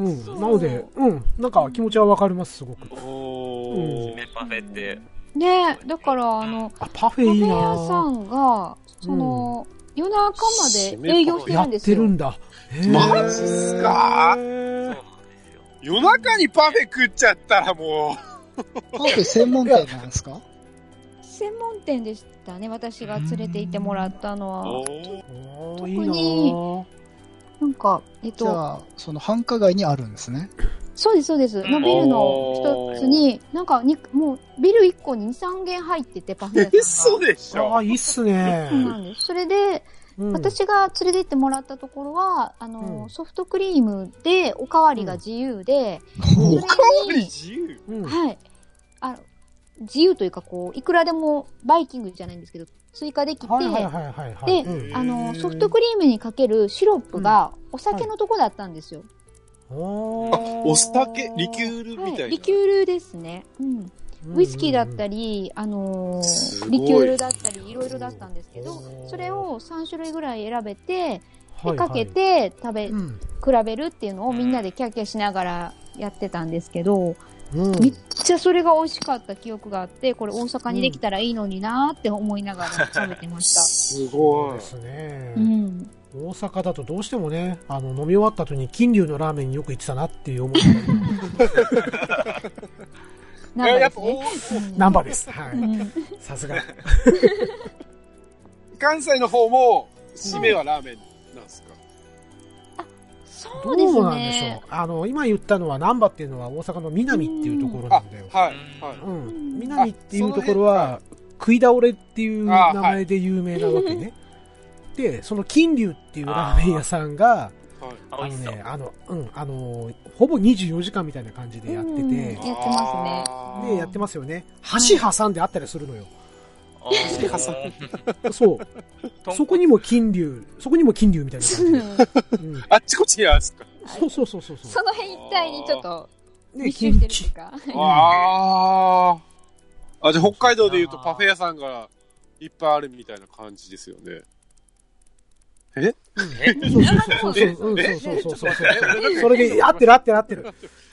Speaker 3: の。
Speaker 1: うん。なので、うん。なんか気持ちはわかります、すごく。
Speaker 2: おー
Speaker 3: メパフェって。
Speaker 5: ねだから、あの、
Speaker 1: あ、パフ
Speaker 5: カフ
Speaker 1: ェいい
Speaker 5: ェ
Speaker 1: な
Speaker 5: 屋さんが、その、夜中まで営業して
Speaker 1: や
Speaker 5: る
Speaker 1: っ
Speaker 5: んです
Speaker 1: てる
Speaker 5: よ。
Speaker 1: んだ。
Speaker 2: マジっすか
Speaker 3: そう
Speaker 1: へー
Speaker 3: なんですよ。、
Speaker 2: 夜中にパフェ食っちゃったらも
Speaker 4: パフェ専門店なんですか
Speaker 5: 専門店でしたね、私が連れて行ってもらった
Speaker 2: う。
Speaker 5: の
Speaker 2: お
Speaker 5: は。
Speaker 2: ー
Speaker 1: おー
Speaker 5: 特
Speaker 1: いいな
Speaker 5: になんか、えっ
Speaker 4: じ
Speaker 5: と、
Speaker 4: ゃあ、その繁華街にあるんですね。
Speaker 5: そうです、そうです。のビルの一つに、なんかに、もう、ビル1個に2、3軒入ってて、パフェ屋さん
Speaker 2: 嘘
Speaker 5: が。
Speaker 2: でし
Speaker 1: あ
Speaker 2: ょ
Speaker 1: あ、いいっす
Speaker 5: そう
Speaker 1: ね。
Speaker 5: なんです。それで、
Speaker 1: うん、
Speaker 5: 私が連れて行ってもらったところは、あの、
Speaker 1: うん
Speaker 5: ソフトクリームでおかわりが自由で、
Speaker 2: おかわ
Speaker 5: それ
Speaker 2: り
Speaker 5: に、
Speaker 2: 自由
Speaker 1: うん、
Speaker 5: はい。あの、自由というか、こう、いくらでもバイキングじゃないんですけど、追加できて、
Speaker 1: はいはいはいはい、はい。
Speaker 5: で
Speaker 1: うん
Speaker 5: あの、ソフトクリームにかけるシロップがお酒のとこだったんですよ。
Speaker 1: お
Speaker 2: あ、
Speaker 1: ー
Speaker 2: お酒、リキュール
Speaker 5: はい
Speaker 2: みたいな。
Speaker 5: リキュールですね。うん。ウイスキーだった
Speaker 1: り、
Speaker 5: り、あのー
Speaker 2: すごい
Speaker 5: リキュールだったり、いろいろだったんですけど
Speaker 1: おー、
Speaker 5: それを3種類ぐらい選べて、
Speaker 1: はいは
Speaker 5: で、
Speaker 1: い
Speaker 5: かけ、て食べ、
Speaker 1: うん
Speaker 5: 比べるっていうのをみんなでキャーキャーしながらやってたんですけど、
Speaker 1: うん
Speaker 5: めっちゃそれが美味しかった記憶があって、これ大阪にできたらいいのになーって思いながら食べてました。
Speaker 2: す
Speaker 1: そう
Speaker 2: ごい
Speaker 1: で。すね
Speaker 5: う、ん。
Speaker 1: 大阪だとどうしてもね、あの飲み終わった後に金龍のラーメンによく行ってたなっていう思いが
Speaker 5: なん
Speaker 2: え
Speaker 5: か
Speaker 2: や
Speaker 5: で
Speaker 2: っ
Speaker 5: す
Speaker 2: ぱ
Speaker 5: ね。うん
Speaker 1: ナンバーです。は
Speaker 5: う
Speaker 1: い。
Speaker 5: ん
Speaker 1: さすが。
Speaker 2: お関西の方も、締めはラーメンなんですか
Speaker 5: そ
Speaker 1: ど
Speaker 5: うですね。
Speaker 1: うなんでしょう。あの、今言ったのは難波っていうのは大阪の南っていうところなんだよ。
Speaker 2: あ、はいう
Speaker 3: ん
Speaker 2: はい。
Speaker 1: うん。南っていうところは、食い倒れっていう名前で有名なわけね。で、その金龍っていうラーメン屋さんが、
Speaker 2: はい。
Speaker 3: あ、
Speaker 1: あの
Speaker 3: 美味しそう
Speaker 1: ね、。あの、うん、あの、ほぼ24時間みたいな感じでやってて、
Speaker 5: うん
Speaker 1: で、
Speaker 5: やってますね
Speaker 2: あー
Speaker 1: やってますよね。橋挟んであったりするのよ。
Speaker 3: あー
Speaker 2: ハサミ
Speaker 1: そう。
Speaker 3: 豚骨
Speaker 1: そこにも金龍、そこにも金龍みたいな感じで。 うん
Speaker 2: あっちこっちにあるんですか
Speaker 1: そうそうそうそうそ
Speaker 5: その辺一帯にちょっと
Speaker 1: う。
Speaker 5: 密集してるという
Speaker 1: 金
Speaker 5: か。
Speaker 2: ああ。あ、じゃあ北海道で言うとパフェ屋さんがいっぱいあるみたいな感じですよね。
Speaker 1: 龍そうそうそうそう。うんそうそうそうそうそう。それで、合ってる合ってる合ってる。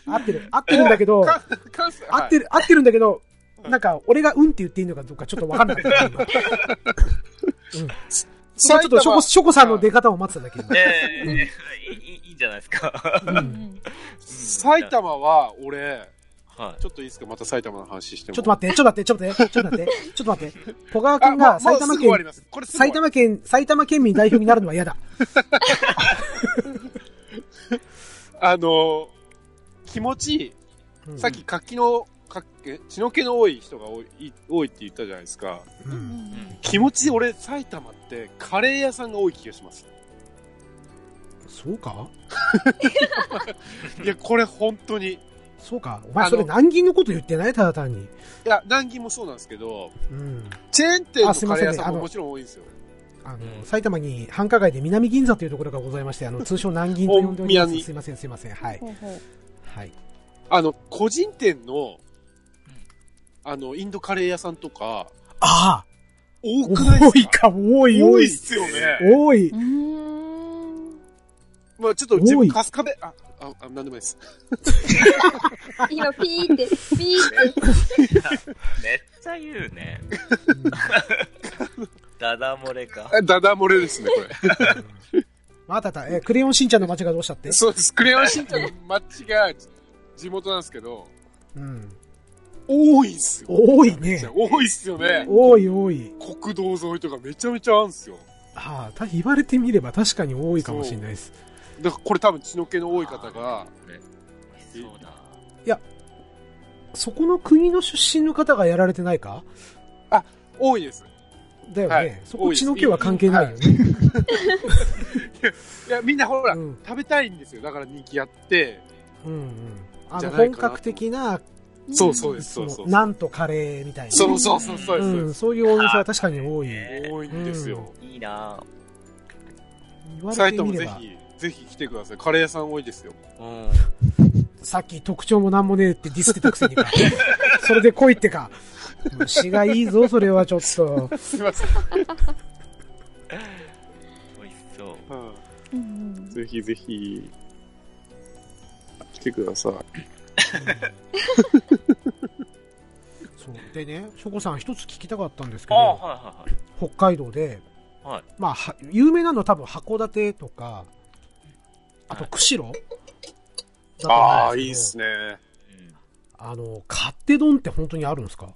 Speaker 1: 合ってる。合ってるんだけど、
Speaker 2: か関西
Speaker 1: 合って
Speaker 2: る。
Speaker 1: る、合ってるんだけど、なんか、俺がうんって言っていいのかどうかちょっとわかんなか った。今うんまあちょっとショコ、ショコさんの出方を待ってただけ今。
Speaker 3: ええいいいいんじゃないですか。
Speaker 1: う
Speaker 5: うんん
Speaker 2: 埼玉は、俺、
Speaker 3: は
Speaker 2: ちょっといいですかまた埼玉の話しても。
Speaker 1: ちょっと待って、ちょっと待って、ちょっと待って、ちょっと待って、ちょっと待って。小川
Speaker 2: あ
Speaker 1: 君
Speaker 2: も
Speaker 1: が
Speaker 2: うもう
Speaker 1: 埼
Speaker 2: すぐ
Speaker 1: 玉
Speaker 2: 終わり
Speaker 1: 県、
Speaker 2: ます。これすぐ
Speaker 1: 埼玉県、埼玉県民代表になるのは嫌だ。
Speaker 2: 終わりあのー、気持ちいい。
Speaker 1: うん
Speaker 2: さっき活気の、活気血の気の多い人が多い多いって言ったじゃないですか。
Speaker 1: う
Speaker 5: うん
Speaker 3: い。うんん
Speaker 2: 気持ちいい、俺、埼玉ってカレー屋さんが多い気がします。
Speaker 1: そうか
Speaker 2: いや、これ本当に。い
Speaker 1: そうかお前それ南銀のこと言ってないただ単に。
Speaker 2: や、南京もそうなんですけど、
Speaker 1: うん。
Speaker 2: チェーン店の
Speaker 1: あすいま
Speaker 2: カ
Speaker 1: せ
Speaker 2: レ
Speaker 1: ん
Speaker 2: ー屋さん
Speaker 1: あの
Speaker 2: ももちろん多いんですよ。
Speaker 1: あの、埼玉に繁華街で南銀座というところがございまして、あの、通称南銀と呼んでおりま
Speaker 2: お宮
Speaker 1: す。
Speaker 2: に
Speaker 1: すいません、すいません。はい。
Speaker 5: ほうほう。
Speaker 1: はい。
Speaker 2: あの、個人店の、あの、インドカレー屋さんとか、
Speaker 1: ああ
Speaker 2: 多くない
Speaker 1: 多
Speaker 2: で
Speaker 1: い
Speaker 2: すか
Speaker 1: か、多い、
Speaker 2: 多
Speaker 1: 多
Speaker 2: いっ
Speaker 1: い。
Speaker 2: すよね。
Speaker 1: 多いう
Speaker 5: ーん
Speaker 2: まあちょっと自
Speaker 1: 多
Speaker 2: 分、
Speaker 1: い
Speaker 2: カスカベ、あ、あ、あなんでもいいです。
Speaker 5: 今、ピーって、ピーって。
Speaker 3: めっちゃ言う ね。ダダ漏れか。
Speaker 2: あダダ漏れですね、これ。
Speaker 1: まああったあった。え、クレヨンしんちゃんの街がどうした って
Speaker 2: そうです。クレヨンしんちゃんの街が地元なんですけど、
Speaker 1: うん。
Speaker 2: 多いんすよ。
Speaker 1: 多いね。
Speaker 2: 多いっすよね。
Speaker 1: 多い、多い。
Speaker 2: 国道沿いとかめちゃめちゃあるんすよ。
Speaker 1: はあ、た言われてみれば確かに多いかもしれないです。
Speaker 2: だからこれ多分血の気の多い方が、
Speaker 3: 美味しそうだ。
Speaker 1: そこの国の出身の方がやられてないか
Speaker 2: 多いです。
Speaker 1: だよね。
Speaker 2: はい
Speaker 1: そこ血の気は関係ないよね。
Speaker 2: いや、みんなほら、
Speaker 1: うん
Speaker 2: 食べたいんですよ。だから人気やって。
Speaker 1: うんうん。あ
Speaker 2: じ
Speaker 1: の
Speaker 2: ゃない
Speaker 1: 本
Speaker 2: かな
Speaker 1: 格的な、
Speaker 2: そうそうで
Speaker 1: そ
Speaker 2: す、そうそ
Speaker 1: の
Speaker 2: う。
Speaker 1: なんとカレーみたいな。
Speaker 2: そうそうそう、そうです。そう
Speaker 1: うん
Speaker 2: です
Speaker 1: そういうお店は確かに多い。
Speaker 3: ね
Speaker 2: 多いんですよ。
Speaker 3: いいなぁ。
Speaker 1: 言わ
Speaker 2: サ
Speaker 1: れ
Speaker 2: イ
Speaker 1: て
Speaker 2: ト
Speaker 1: み
Speaker 2: も
Speaker 1: れ
Speaker 2: ぜ
Speaker 1: ば、
Speaker 2: ひ、ぜひ来てください。カレー屋さん多いですよ。
Speaker 3: うん。
Speaker 1: さっき特徴もなんもねえってディスってたくせ にか。それで来いってか。虫がいいぞ、それはちょっと。
Speaker 2: すいません。
Speaker 3: 美味しそう。
Speaker 2: うん
Speaker 5: うんうん
Speaker 2: ぜひぜひ、来てください。
Speaker 1: そうでね、しょこさん一つ聞きたかったんですけ
Speaker 3: ああ、
Speaker 1: ど、
Speaker 3: はいはいはい。
Speaker 1: 北海道で、
Speaker 3: はい
Speaker 1: まあ、は有名なの多分函館とか、あと釧路だと
Speaker 2: あ
Speaker 1: 思
Speaker 2: あ
Speaker 1: うん
Speaker 2: ー、いい
Speaker 1: で
Speaker 2: っ
Speaker 1: すけど
Speaker 2: すね。
Speaker 3: うん
Speaker 1: あの、勝手丼って本当にあるんですか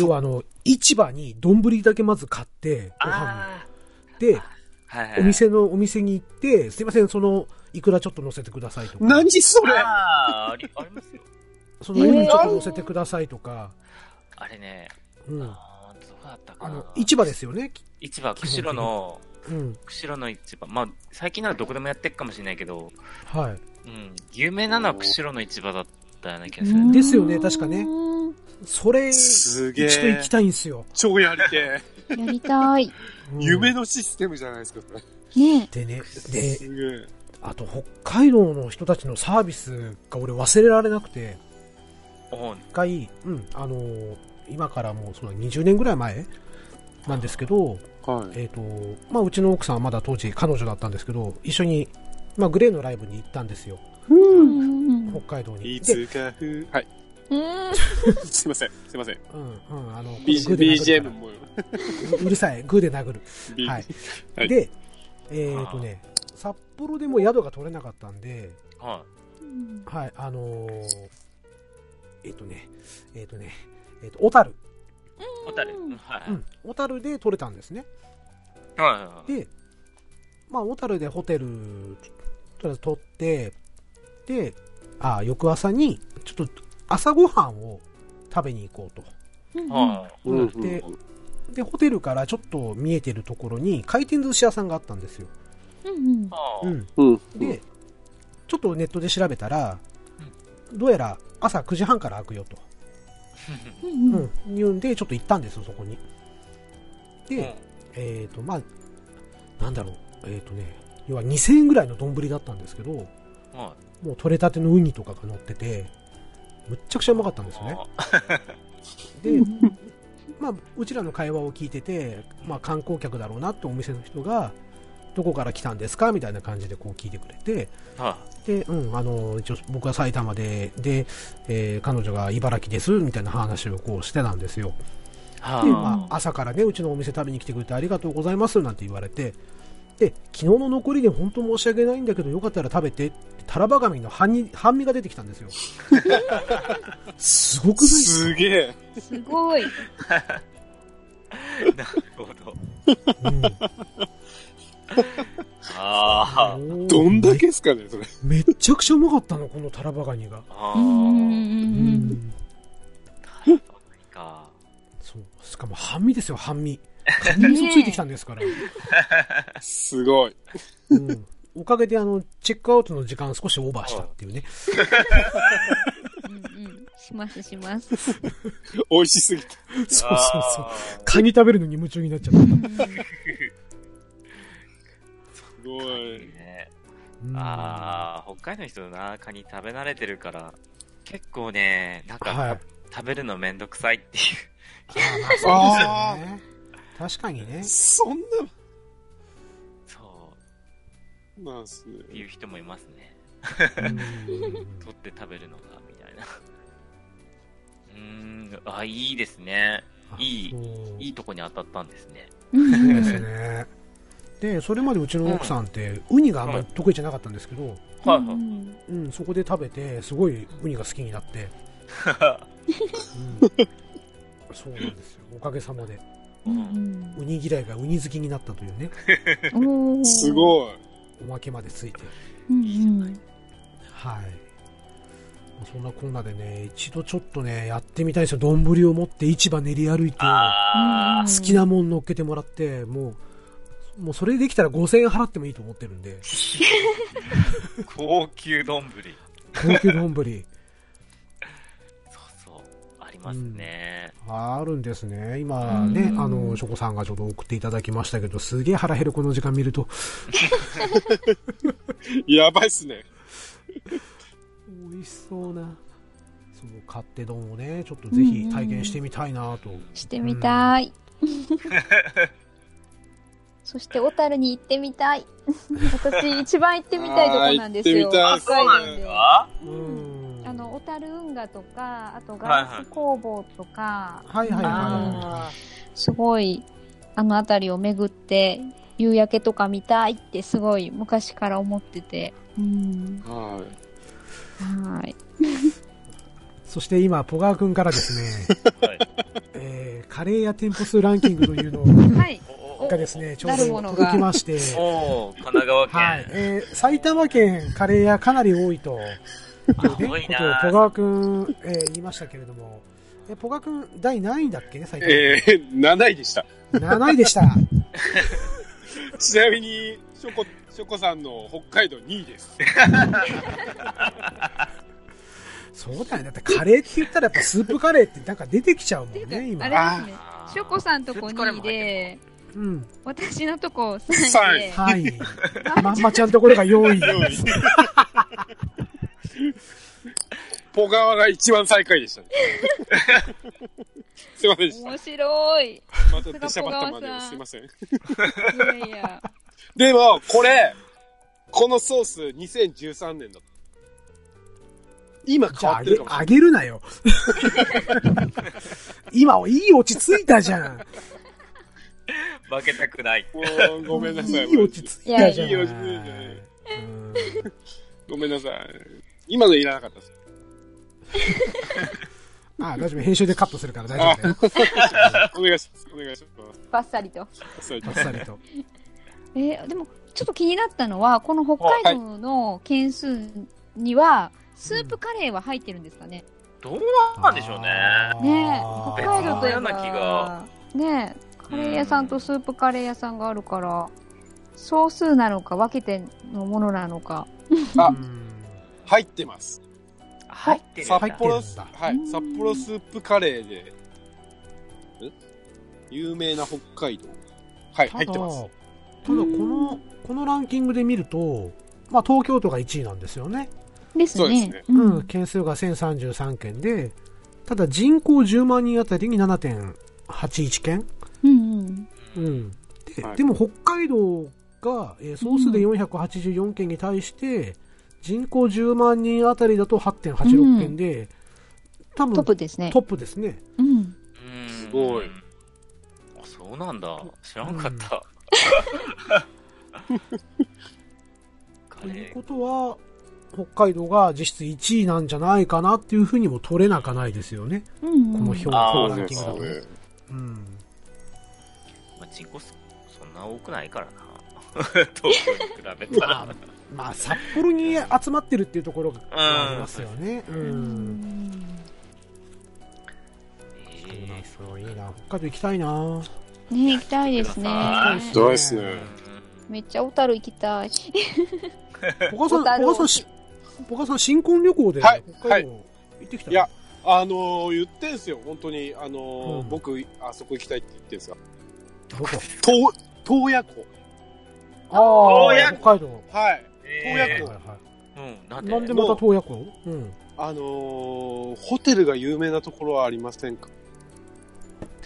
Speaker 1: 要はあの、市場に丼だけまず買って、ご飯
Speaker 3: あ
Speaker 1: で、
Speaker 3: あ、はいはいはい。
Speaker 1: お店の、お店に行って、すいません、その、いくらちょっと乗せてくださいとか。
Speaker 2: そ
Speaker 3: ああ、あり、ありますよ。
Speaker 1: そのウニちょっと乗せてくださいとか、
Speaker 3: あれね、
Speaker 1: うん。
Speaker 3: あーどうだったか
Speaker 1: あ
Speaker 3: な
Speaker 1: の、。市場ですよね。き
Speaker 3: 市場、釧路の、
Speaker 1: うん。
Speaker 3: 釧路の市場。まあ、最近ならどこでもやってるかもしれないけど、
Speaker 1: はい。
Speaker 3: うん。有名なのは釧路の市場だったような気がす
Speaker 5: う
Speaker 3: る
Speaker 5: ん
Speaker 3: ね。
Speaker 1: ですよね確かねそれ、一度
Speaker 2: すげ
Speaker 1: 行
Speaker 2: え
Speaker 1: き。たいんですよ。
Speaker 2: 超やりて
Speaker 5: やりた
Speaker 1: う
Speaker 5: い。
Speaker 1: ん
Speaker 2: え。夢のシステムじゃないですか、これ。、
Speaker 5: ね
Speaker 1: でね、です
Speaker 2: げえ。
Speaker 1: あと北海道の人たちのサービスが俺忘れられなくて、
Speaker 3: おう
Speaker 1: 一回、うん、あのー今からもうその20年ぐらい前なんですけど、
Speaker 2: はい。
Speaker 1: えっ、と、まあうちの奥さんはまだ当時彼女だったんですけど、一緒に、まあグレーのライブに行ったんですよ。
Speaker 5: え。うん
Speaker 1: 北海道に。
Speaker 2: い
Speaker 1: で
Speaker 2: つかふ、はい。
Speaker 5: うん。
Speaker 2: すいません、すいません。
Speaker 1: うん、うん、あの、
Speaker 2: B-
Speaker 1: グーで殴る
Speaker 2: BGM
Speaker 1: から
Speaker 2: も。
Speaker 1: ううるさい、グーで殴る。
Speaker 2: B-
Speaker 1: はい
Speaker 2: はい
Speaker 1: で、えっ、とね、札幌でもう宿が取れなかったんで、
Speaker 3: は
Speaker 5: うん
Speaker 1: はい、あのーえっ、とね、えっ、とね、えっ、と、小樽。
Speaker 3: い。ホタル。うんはい。
Speaker 1: うん、小樽で取れたんですね。
Speaker 3: はいはいはい。
Speaker 1: で、まあ、小樽でホテル、とりあえず取って、で、あ翌朝に、ちょっと朝ごはんを食べに行こう
Speaker 3: は
Speaker 1: うんでと。で、ホテルからちょっと見えてるところに、回転寿司屋さんがあったんですよ。
Speaker 5: うん
Speaker 3: あ。はあ。
Speaker 1: うん。
Speaker 2: うん。
Speaker 1: で、ちょっとネットで調べたら、どうやら朝9時半から開くよと、
Speaker 5: うんうん
Speaker 1: うん、いうんで、ちょっと行ったんですよ、そこに。で、
Speaker 3: うん
Speaker 1: えっ、と、まあ、なんだろう、えっ、とね、要は2000円ぐらいの丼だったんですけど、
Speaker 3: は
Speaker 1: もう取れたてのウニとかが乗ってて、むっちゃくちゃうまかったんですよね。で、まあ、うちらの会話を聞いてて、まあ、観光客だろうなってお店の人が、どこから来たんですかみたいな感じでこう聞いてくれて、
Speaker 3: あ。は
Speaker 1: で、うん、あの、一応僕は埼玉で、で、えー彼女が茨城です、みたいな話をこうしてたんですよ。
Speaker 3: あ。は
Speaker 1: で、まあ、
Speaker 3: あ。
Speaker 1: 朝からね、うちのお店食べに来てくれてありがとうございます、なんて言われて、で、昨日の残りで本当申し訳ないんだけど、よかったら食べて、タラバガミの半に半身が出てきたんですよ。すごくないです
Speaker 2: すげえ。
Speaker 5: すごい。
Speaker 3: なるほど。
Speaker 1: か、うん
Speaker 3: あー
Speaker 1: おー
Speaker 2: どんだけですかね、それ。
Speaker 1: めめっちゃくちゃうまかったの、このタラバガニが。
Speaker 3: あ
Speaker 5: うんうん
Speaker 3: ー。
Speaker 1: う
Speaker 5: うん
Speaker 1: ん。
Speaker 3: か。
Speaker 1: そう。しかも半身ですよ、半身。カニ味噌ついてきたんですから。
Speaker 2: すごい。
Speaker 1: うんおかげであの、チェックアウトの時間少しオーバーしたっていうね。
Speaker 5: うんうんしますします。
Speaker 2: 美味しすぎた。
Speaker 1: そうそうそう。カニ食べるのに夢中になっちゃった。
Speaker 5: うんうん
Speaker 2: すご
Speaker 3: あーいい
Speaker 2: い。
Speaker 3: ね。
Speaker 1: うん
Speaker 3: ああ、北海道の人な、カニ食べ慣れてるから、結構ね、なんか、
Speaker 1: はい。
Speaker 3: 食べるのめんどくさいってい
Speaker 1: あ
Speaker 2: あ
Speaker 1: ーね確かにね
Speaker 2: あ、。そんな、
Speaker 3: う、そ
Speaker 2: なんすね
Speaker 3: う、。いう人もいますね。
Speaker 1: うん
Speaker 3: 取って食べるのが、みたいな。うーん、あ、いいですね。いい
Speaker 1: そう
Speaker 3: いいとこに当たったんですね。
Speaker 1: そうですね。で、それまでうちの奥さんって、ウニがあんまり得意じゃなかったんですけど、
Speaker 3: はい
Speaker 5: うんう
Speaker 3: は
Speaker 5: ん
Speaker 1: うん、そこで食べて、すごいウニが好きになって。うんそうなんですよ。おかげさまで。
Speaker 5: うん
Speaker 1: ウニ嫌いがウニ好きになったというね。
Speaker 5: うんおー
Speaker 2: すごい。
Speaker 1: おまけまでついて
Speaker 5: うん
Speaker 3: いいじゃ
Speaker 5: う
Speaker 3: なん
Speaker 1: はいまあそんなこんなでね一度ちょっとねやってみたいんですよ丼を持って市場練り歩いて
Speaker 3: あ
Speaker 1: 好きなもん乗っけてもらってもうもうそれできたら5000円払ってもいいと思ってるんで
Speaker 3: ー、高級丼。
Speaker 1: 高級丼
Speaker 3: そうそう、ありますね。
Speaker 1: あるんですね今ねあのしょこさんがちょっと送っていただきましたけどすげえ腹減るこの時間見ると
Speaker 2: やばいっすね。
Speaker 1: 美味しそうなその勝手丼をねちょっとぜひ体験してみたいなと、
Speaker 5: してみたい。そして、小樽に行ってみたい。私、一番行ってみたいとこなんですよ。
Speaker 2: あー行ってみたい
Speaker 5: 北海道
Speaker 2: そう
Speaker 5: で。
Speaker 3: あ
Speaker 1: うん
Speaker 5: あの、小樽運河とか、あと
Speaker 3: はいは
Speaker 5: ガ
Speaker 3: い
Speaker 5: ラス工房とか、
Speaker 1: はいはいはいは
Speaker 3: あ
Speaker 5: すごい、あの辺りを巡って、夕焼けとか見たいってすごい昔から思ってて。うん。
Speaker 2: は
Speaker 5: はい。
Speaker 1: いそして今ポガー君からですね、
Speaker 3: ーはい。
Speaker 1: えーカレーや店舗数ランキングというの
Speaker 5: はい。
Speaker 3: おお
Speaker 1: がですねちょう
Speaker 5: なる
Speaker 1: ど
Speaker 5: ものが
Speaker 1: 届きまして
Speaker 3: おー神奈川県。
Speaker 1: はい、えー埼玉県カレー屋かなり多いという、ね、
Speaker 3: 多い
Speaker 1: こ
Speaker 3: な
Speaker 1: とをポガー君、えー言いましたけれども、えポガー君第何位だっけね埼
Speaker 2: い。
Speaker 1: 玉県、
Speaker 2: えー、7位でした。
Speaker 1: 7位でした
Speaker 2: ちなみに、ショコ、ショコさんの北海道2位です。
Speaker 1: そうだよねだってカレーって言ったらやっぱスープカレーってなんか出てきちゃうもん
Speaker 5: って
Speaker 1: ね
Speaker 5: いうか、
Speaker 1: 今
Speaker 5: あれですね。
Speaker 3: あー
Speaker 5: しょこさんとこ
Speaker 3: スープカレー
Speaker 5: 2位
Speaker 3: も入って
Speaker 5: で、
Speaker 1: うん
Speaker 5: 私のとこ3位で。
Speaker 1: はい まんまちゃんところが4位
Speaker 2: 4位。ポガワが一番最下位 でしたね。すいませんでした。
Speaker 5: 面白い。い
Speaker 2: また出しゃばったまでをすいません。
Speaker 5: やいや。
Speaker 2: でも、これ、このソース2013年だった。 今
Speaker 1: じ
Speaker 2: 変
Speaker 1: ゃあ
Speaker 2: わ
Speaker 1: あ
Speaker 2: って
Speaker 1: げ
Speaker 2: るかもし
Speaker 1: あげるなよ 今いい落ち着いたじゃん
Speaker 3: 負けたくない。
Speaker 2: れない。 もうごめんなさい。
Speaker 1: いい落ち着いたじゃん
Speaker 2: いやいい落ち着いたね
Speaker 1: うん
Speaker 2: ごめんなさい。今のいらなかったです。
Speaker 1: あ大丈夫編集でカットするから大丈夫だよ
Speaker 2: お願いします。お願いします
Speaker 5: バッサリと。
Speaker 2: それで
Speaker 1: あっ。さりと
Speaker 5: えーでも、ちょっと気になったのは、この北海道の件数には、スープカレーは入ってるんですかね。
Speaker 3: どうなんでしょうね。
Speaker 5: ね
Speaker 1: あー
Speaker 5: え、北海道といえ
Speaker 3: 別のような気
Speaker 5: ば
Speaker 3: が、
Speaker 5: ねえ、カレー屋さんとスープカレー屋さんがあるから、少数なのか分けてのものなのか。
Speaker 2: あ
Speaker 1: うん
Speaker 2: 入ってます。
Speaker 3: 入ってるんだ
Speaker 1: さ
Speaker 2: 札
Speaker 1: 入
Speaker 2: 幌、
Speaker 1: ってるん
Speaker 2: はい。札幌スープカレーで、ん有名な北海道。はい、
Speaker 1: た
Speaker 2: 入
Speaker 1: だ
Speaker 2: ってます。
Speaker 1: ただこのこのランキングで見ると、まあ、東京都が1位なんですよね、
Speaker 5: です
Speaker 2: そうです
Speaker 5: ね
Speaker 2: ね。
Speaker 1: うん件数が1033件でただ人口10万人あたりに7.81件、
Speaker 5: うんうん。
Speaker 1: うんで
Speaker 2: はい
Speaker 1: でも北海道が、えー総数で484件に対して、人口10万人あたりだと8.86件で、多分
Speaker 5: トップですね
Speaker 1: ト。ップですね
Speaker 5: うん。
Speaker 3: うん
Speaker 2: すごい
Speaker 3: あそうなんだ。知らんかった。カ
Speaker 1: と
Speaker 3: レ
Speaker 1: いう
Speaker 3: ー
Speaker 1: ことは北海道が実質1位なんじゃないかなっていうふうにも取れなかないですよね、
Speaker 5: うん
Speaker 1: こ
Speaker 5: うん
Speaker 1: の表
Speaker 3: あー
Speaker 1: 表ランキングだとね。
Speaker 2: ね。
Speaker 1: うん
Speaker 3: まあ、人口数そんな多くないから な。東京に比べた
Speaker 1: まあ
Speaker 3: ら。、
Speaker 1: まあ、札幌に集まってるっていうところがありますよね。うん。
Speaker 3: え
Speaker 1: そうなんですよ。
Speaker 3: ー
Speaker 1: いいな。北海道行きたいな。
Speaker 5: ね行きたいですね。
Speaker 3: 行き
Speaker 2: そうですね。
Speaker 5: めっちゃ小樽行きたい。
Speaker 1: ポカさん、
Speaker 5: 小樽
Speaker 1: ポカさんし、ポカさん、新婚旅行で
Speaker 2: はい
Speaker 1: 北海道行ってきた、
Speaker 2: いや、あのー、言ってんすよ、本当に。あのー
Speaker 1: うん
Speaker 2: 僕、あそこ行きたいって言ってんすよ。
Speaker 1: どこ
Speaker 2: 東、東野湖。
Speaker 1: あ
Speaker 3: 東
Speaker 1: あ、北海道。
Speaker 2: はい。
Speaker 1: はい
Speaker 3: え
Speaker 1: はい
Speaker 2: 東野湖
Speaker 1: は
Speaker 3: ーうん、なん
Speaker 1: い。
Speaker 3: で
Speaker 1: なんでまた洞爺湖うん。
Speaker 2: あのー、ホテルが有名なところはありませんか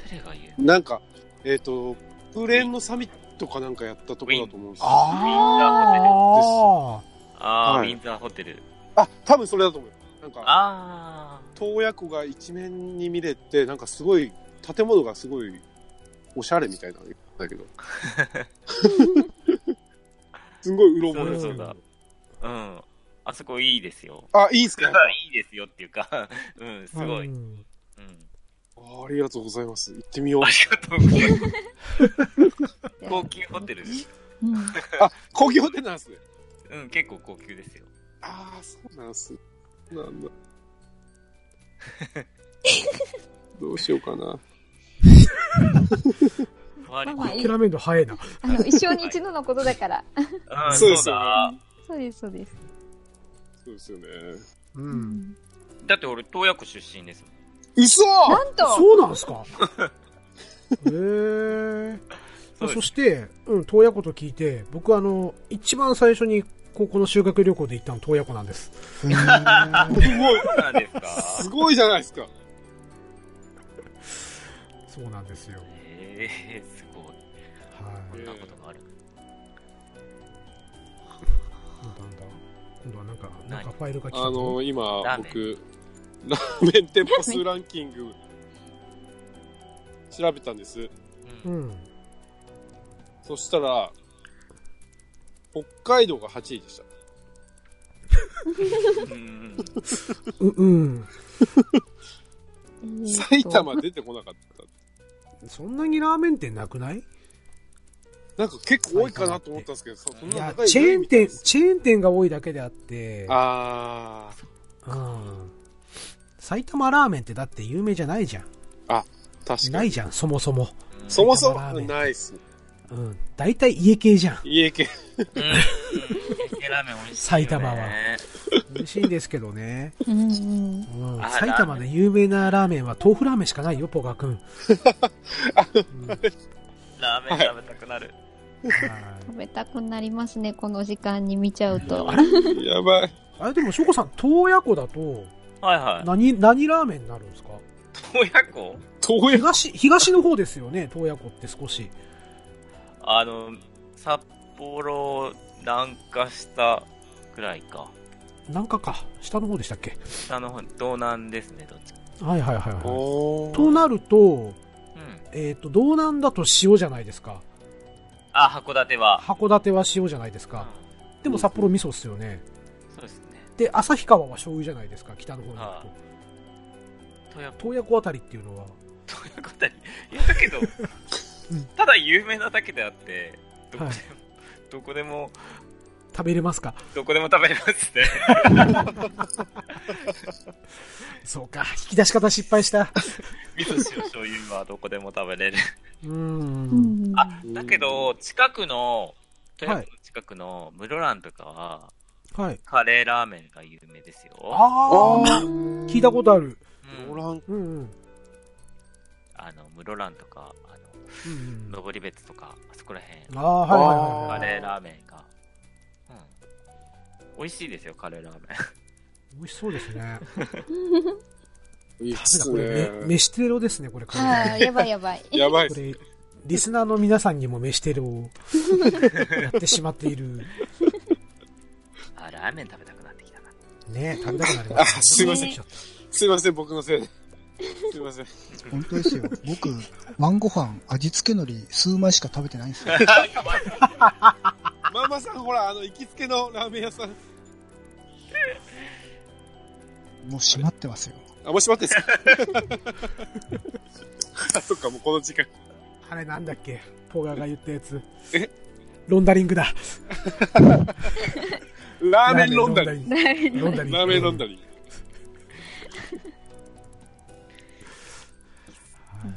Speaker 3: テレが言う。
Speaker 2: なんか、えっ、と、プレーンのサミットかなんかやったところだと思うんですよ。あ
Speaker 1: あ
Speaker 3: あー、
Speaker 2: はい
Speaker 3: ウィンザーホテル。
Speaker 2: あ、多分それだと思う。なんか、
Speaker 3: あ
Speaker 2: 洞爺湖が一面に見れて、なんかすごい、建物がすごい、おしゃれみたいなんだ けど。すんごい、うろ
Speaker 3: ー、そ
Speaker 2: 覚え
Speaker 3: うだそ
Speaker 2: ですよ
Speaker 3: う。だ。うん。あそこいいですよ。
Speaker 2: あ、いいっすか
Speaker 3: いいですよっていうか、 うん、す
Speaker 1: あ。
Speaker 3: ごい。
Speaker 1: う
Speaker 3: うん。
Speaker 1: ん
Speaker 2: ああ りがとうございます。行ってみよう
Speaker 3: あ。りがとうございます。高級ホテル。
Speaker 5: うん
Speaker 2: あ、工業でなんすね。
Speaker 3: うん、結構高級ですよ。
Speaker 2: ああ、そうなんす。なん だ。どうしようかな。
Speaker 3: ファーリ
Speaker 5: まあまあいい
Speaker 1: 諦めるの早いな。
Speaker 5: あの一生に一度のことだから。
Speaker 3: あ
Speaker 2: そうですよね
Speaker 3: そ
Speaker 5: そ
Speaker 3: うだ。
Speaker 5: うです、そうです。
Speaker 2: そうですよね。
Speaker 1: う。
Speaker 5: うん
Speaker 3: だって俺、洞爺湖出身ですもん。
Speaker 2: 嘘
Speaker 5: なんと、
Speaker 1: そうなんですかへーそ
Speaker 3: そうです
Speaker 1: そして、うん、洞爺湖と聞いて、僕あの、一番最初に高校の修学旅行で行ったの洞爺湖なんです。
Speaker 4: へー
Speaker 2: すごい。
Speaker 3: そうなんですか。
Speaker 2: すごいじゃないですか。
Speaker 1: そうなんですよ。
Speaker 3: ええー、すごい。
Speaker 1: はい
Speaker 3: こ。んなことがある。
Speaker 1: なんだなんだ今度はなんか、な
Speaker 3: 何
Speaker 1: んかファイルが来た
Speaker 2: あの、今
Speaker 3: ラ、ーメン
Speaker 2: 僕、ラーメン店舗数ランキング、調べたんです。
Speaker 3: う。
Speaker 1: うんん。
Speaker 2: そしたら、北海道が8位でした。
Speaker 3: うん
Speaker 1: う、うん。
Speaker 2: 埼玉出てこなかった。
Speaker 1: そんなにラーメン店なくない
Speaker 2: なんか結構多いかなと思ったんですけど、そそん
Speaker 1: い
Speaker 2: な
Speaker 1: や
Speaker 2: 高、い
Speaker 1: チェーン店、
Speaker 2: です
Speaker 1: チェーン店が多いだけであって、
Speaker 2: あ
Speaker 1: うん。埼玉ラーメンってだって有名じゃないじゃん。
Speaker 2: ー、確か
Speaker 1: な
Speaker 2: に。
Speaker 1: いじゃん、そもそも。
Speaker 2: そもそ
Speaker 1: 埼玉ラー
Speaker 2: も、
Speaker 1: メン
Speaker 2: ないっすね。
Speaker 1: うん。大体家系 じゃん。
Speaker 2: 家系。
Speaker 3: うん。うんラーメン美味しいよね。
Speaker 1: 埼玉は美味しいんですけどね。
Speaker 5: うんうん
Speaker 1: うん
Speaker 3: あ
Speaker 1: 埼玉で有名なラーメンは豆腐ラーメンしかないよ、ポガ 君。うんはい
Speaker 3: ラーメン食べたくなる。
Speaker 5: 食べたくなりますね、この時間に見ちゃうと。
Speaker 2: やばい。
Speaker 1: あれでも、しょこさん、洞爺湖だと、
Speaker 3: はいはい。
Speaker 1: 何、何ラーメンになるんですか
Speaker 3: 洞爺湖
Speaker 2: 東映
Speaker 1: 東、東の方ですよね、洞爺湖って少し。
Speaker 3: あの、札幌南下したくらいか。
Speaker 1: 南下か。下の方でしたっけ
Speaker 3: 下の方、道南ですね、どっちか。
Speaker 1: はいはいはいはい。
Speaker 2: お
Speaker 1: となると、
Speaker 3: うん。
Speaker 1: えっ、と、道南だと塩じゃないですか。
Speaker 3: あ、函館は。
Speaker 1: 函館は塩じゃないです
Speaker 3: うん
Speaker 1: か。でも札幌味噌っすよね。
Speaker 3: そうですね。
Speaker 1: で、旭川は醤油じゃないですか、北の方に行く
Speaker 3: 洞爺湖
Speaker 1: と。洞爺湖あたりっていうのは、
Speaker 3: ということにいやだけど、ただ有名なだけであって、どこでも、
Speaker 1: はい
Speaker 3: どこでも、
Speaker 1: 食べれますか
Speaker 3: どこでも食べれますね。
Speaker 1: そうか、引き出し方失敗した。
Speaker 3: 味噌塩醤油はどこでも食べれる。
Speaker 1: うーん
Speaker 5: う。んうん
Speaker 3: あ、だけど、近くの、富山の
Speaker 1: はい
Speaker 3: 近くの室蘭とかは、
Speaker 1: はい。
Speaker 3: カレーラーメンが有名ですよ。
Speaker 1: ああ聞いたことある。
Speaker 3: うん
Speaker 2: おらん。
Speaker 1: うんうん。
Speaker 3: あの、室蘭とか、あ
Speaker 1: うん
Speaker 3: の、登別とか、あそこら辺、
Speaker 1: ああ、はいはいは
Speaker 3: カ
Speaker 1: い、
Speaker 3: レー
Speaker 1: はい。
Speaker 3: ラーメンが、うん。美味しいですよ、カレーラーメン。
Speaker 1: 美味しそうですね。
Speaker 2: いいっ
Speaker 1: 確か
Speaker 2: す
Speaker 1: これ、め
Speaker 2: ね。
Speaker 1: 飯テロですね、これ。こ
Speaker 5: ああ、やばいやばい。
Speaker 2: やばいっす。
Speaker 1: れ、リスナーの皆さんにも飯テロをやってしまっている。
Speaker 3: あ、ラーメン食べたくなってきたな。
Speaker 1: ね、食べたくなります、ね。
Speaker 2: あすいませ
Speaker 5: ん
Speaker 1: ちょっ
Speaker 2: すいません、僕のせいで。すいません。
Speaker 4: 本当ですよ。僕、晩ご飯、味付け海苔、数枚しか食べてないんですよ。
Speaker 2: ママさん、ほら、あの、行きつけのラーメン屋さん。
Speaker 4: もう閉まってますよ。
Speaker 2: あ、もう閉まってんすか あ、そっか、もうこの時間。
Speaker 1: とあれなんだっけ、ポガが言ったやつ。
Speaker 2: え
Speaker 1: ロンダリングだ。
Speaker 2: ラーメン飲んだり。
Speaker 1: り。
Speaker 5: な
Speaker 1: ロンダリング。
Speaker 2: ラーメン飲んだり。
Speaker 1: はい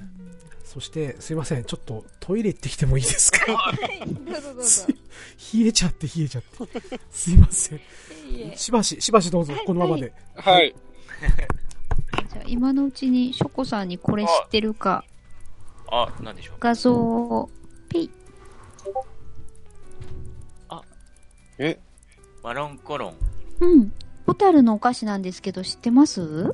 Speaker 1: そして、すいません、ちょっとトイレ行ってきてもいいですか
Speaker 5: ど うぞどうぞ。
Speaker 1: 冷えちゃって冷えちゃって。すいません。
Speaker 5: いえいえ
Speaker 1: しばし、しばしどうぞ
Speaker 5: はい、
Speaker 1: このままで。
Speaker 2: はい。
Speaker 5: じゃあ今のうちに、ショコさんにこれ知ってるか、
Speaker 3: あ、なんでしょう。
Speaker 5: 画像を、ピッ。
Speaker 2: え、
Speaker 3: マロンコロン。
Speaker 5: うん。ホタルのお菓子なんですけど、知ってます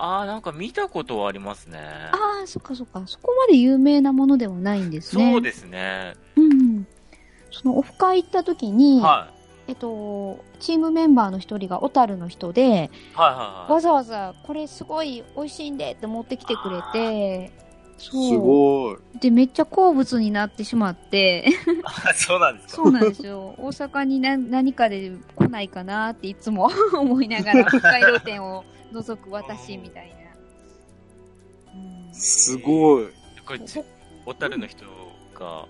Speaker 3: あー、なんか見たことはありますね。
Speaker 5: ああ、そっかそっか。そこまで有名なものではないんですね。
Speaker 3: そうですね。
Speaker 5: うんうん。そのオフ会行った時に、
Speaker 3: は
Speaker 5: えっと、チームメンバーの一人が小樽の人で、
Speaker 3: い。はいはいは
Speaker 5: わ
Speaker 3: い。
Speaker 5: ざわざこれすごい美味しいんでって持ってきてくれて、そう。
Speaker 2: ごい。
Speaker 5: で、めっちゃ好物になってしまって、
Speaker 3: あ そうなんですか。
Speaker 5: そうなんです よ。大阪にな何かで来ないかなっていつも 思いながら、北海道店を覗く私みたいな。うん
Speaker 2: すごい。
Speaker 3: これ、小樽の人が、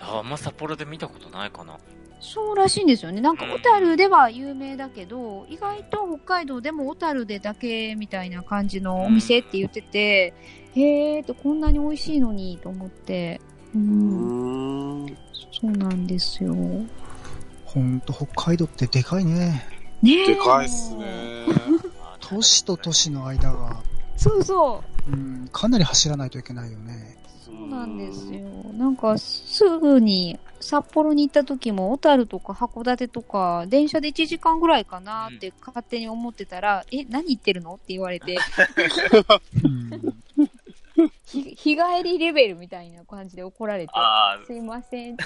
Speaker 3: ああんま札幌で見たことないかな。
Speaker 5: そうらしいんですよね。なんか小樽では有名だけど、意外と北海道でも小樽でだけみたいな感じのお店って言ってて、へーとこんなに美味しいのにと思って。う、
Speaker 2: うんん。ね
Speaker 5: そうなんですよ。ね
Speaker 4: ほんと、北海道ってでかいね。
Speaker 5: え
Speaker 2: でかいっす。ね。
Speaker 4: 都市と都市の間が、
Speaker 5: そうそう。
Speaker 4: うん、かなり走らないといけないよね。
Speaker 5: そうなんですよ。なんか、すぐに、札幌に行った時も、小樽とか函館とか、電車で1時間ぐらいかなって勝手に思ってたら、え、何言ってるのって言われて、
Speaker 4: うん、
Speaker 5: ひ日帰りレベルみたいな感じで怒られて、
Speaker 3: ああ、
Speaker 5: すいませんって。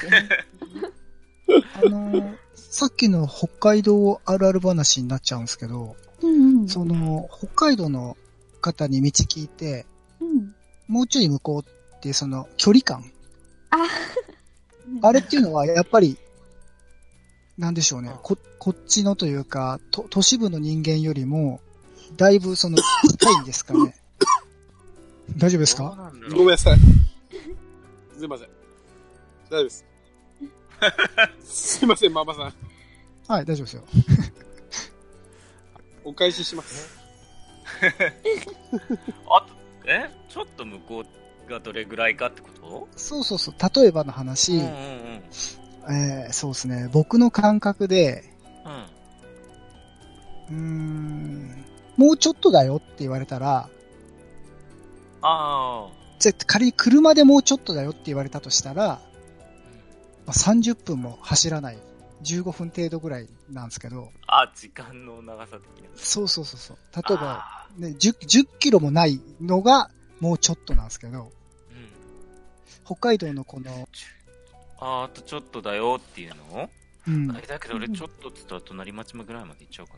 Speaker 4: あの、さっきの北海道あるある話になっちゃうんですけど、
Speaker 5: うんうん。
Speaker 4: その、北海道の方に道聞いて、
Speaker 5: うん。
Speaker 4: もうちょい向こうって、その、距離感。
Speaker 5: あ
Speaker 4: あれっていうのは、やっぱり、なんでしょうね。こ、こっちのというか、と、都市部の人間よりも、だいぶその、近いんですか ね。大丈夫です
Speaker 3: どう
Speaker 4: か
Speaker 3: なんだ
Speaker 2: ごめ
Speaker 3: ろ
Speaker 2: ん
Speaker 3: う。
Speaker 2: なさい。すいません。大丈夫です。すいません、ママさん。
Speaker 4: はい、大丈夫ですよ。
Speaker 2: お返しします。
Speaker 3: あと、えちょっと向こうがどれぐらいかってこと
Speaker 4: そうそうそう。例えばの話、
Speaker 3: うんうんうん。
Speaker 4: えーそうですね。僕の感覚で、うー
Speaker 3: うん。
Speaker 4: ん、もうちょっとだよって言われたら、
Speaker 3: あ
Speaker 4: じゃあ仮に車でもうちょっとだよって言われたとしたら、まあ30分も走らない。15分程度ぐらいなんですけど、
Speaker 3: あ、あ時間の長さ的な。
Speaker 4: そうそうそうそう。例えば、
Speaker 3: あ
Speaker 4: ね、10, 10キロもないのがもうちょっとなんですけど、
Speaker 3: ーうん
Speaker 4: 北海道のこの、
Speaker 3: あー、あとちょっとだよっていうの
Speaker 4: うん、
Speaker 3: えだけど俺ちょっとっつったら隣町ぐらいまで行っちゃうか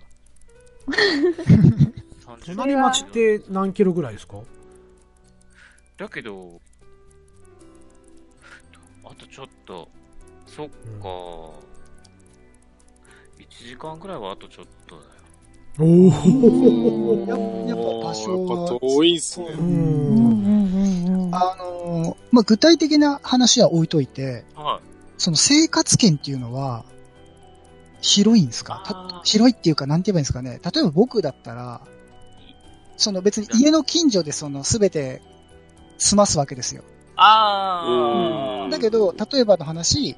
Speaker 3: な。30
Speaker 1: 隣町って何キロぐらいですか
Speaker 3: だけど、あとちょっと、そっか、
Speaker 1: うん
Speaker 3: 1時間ぐらいはあとちょっとだよ。
Speaker 1: お
Speaker 5: ー
Speaker 4: やっぱやっぱ場所
Speaker 2: やっぱ
Speaker 4: は、
Speaker 2: 遠いっすね。
Speaker 5: う
Speaker 4: う
Speaker 5: んんうんうんうん。
Speaker 4: あのーまあ、具体的な話は置いといて、
Speaker 3: はい。
Speaker 4: その生活圏っていうのは、広いんですかた
Speaker 3: あー
Speaker 4: 広いっていうか、なんて言えばいいんですかね。例えば僕だったら、その別に家の近所でその全て済ますわけですよ。
Speaker 3: あ
Speaker 2: うん
Speaker 4: だけど、例えばの話、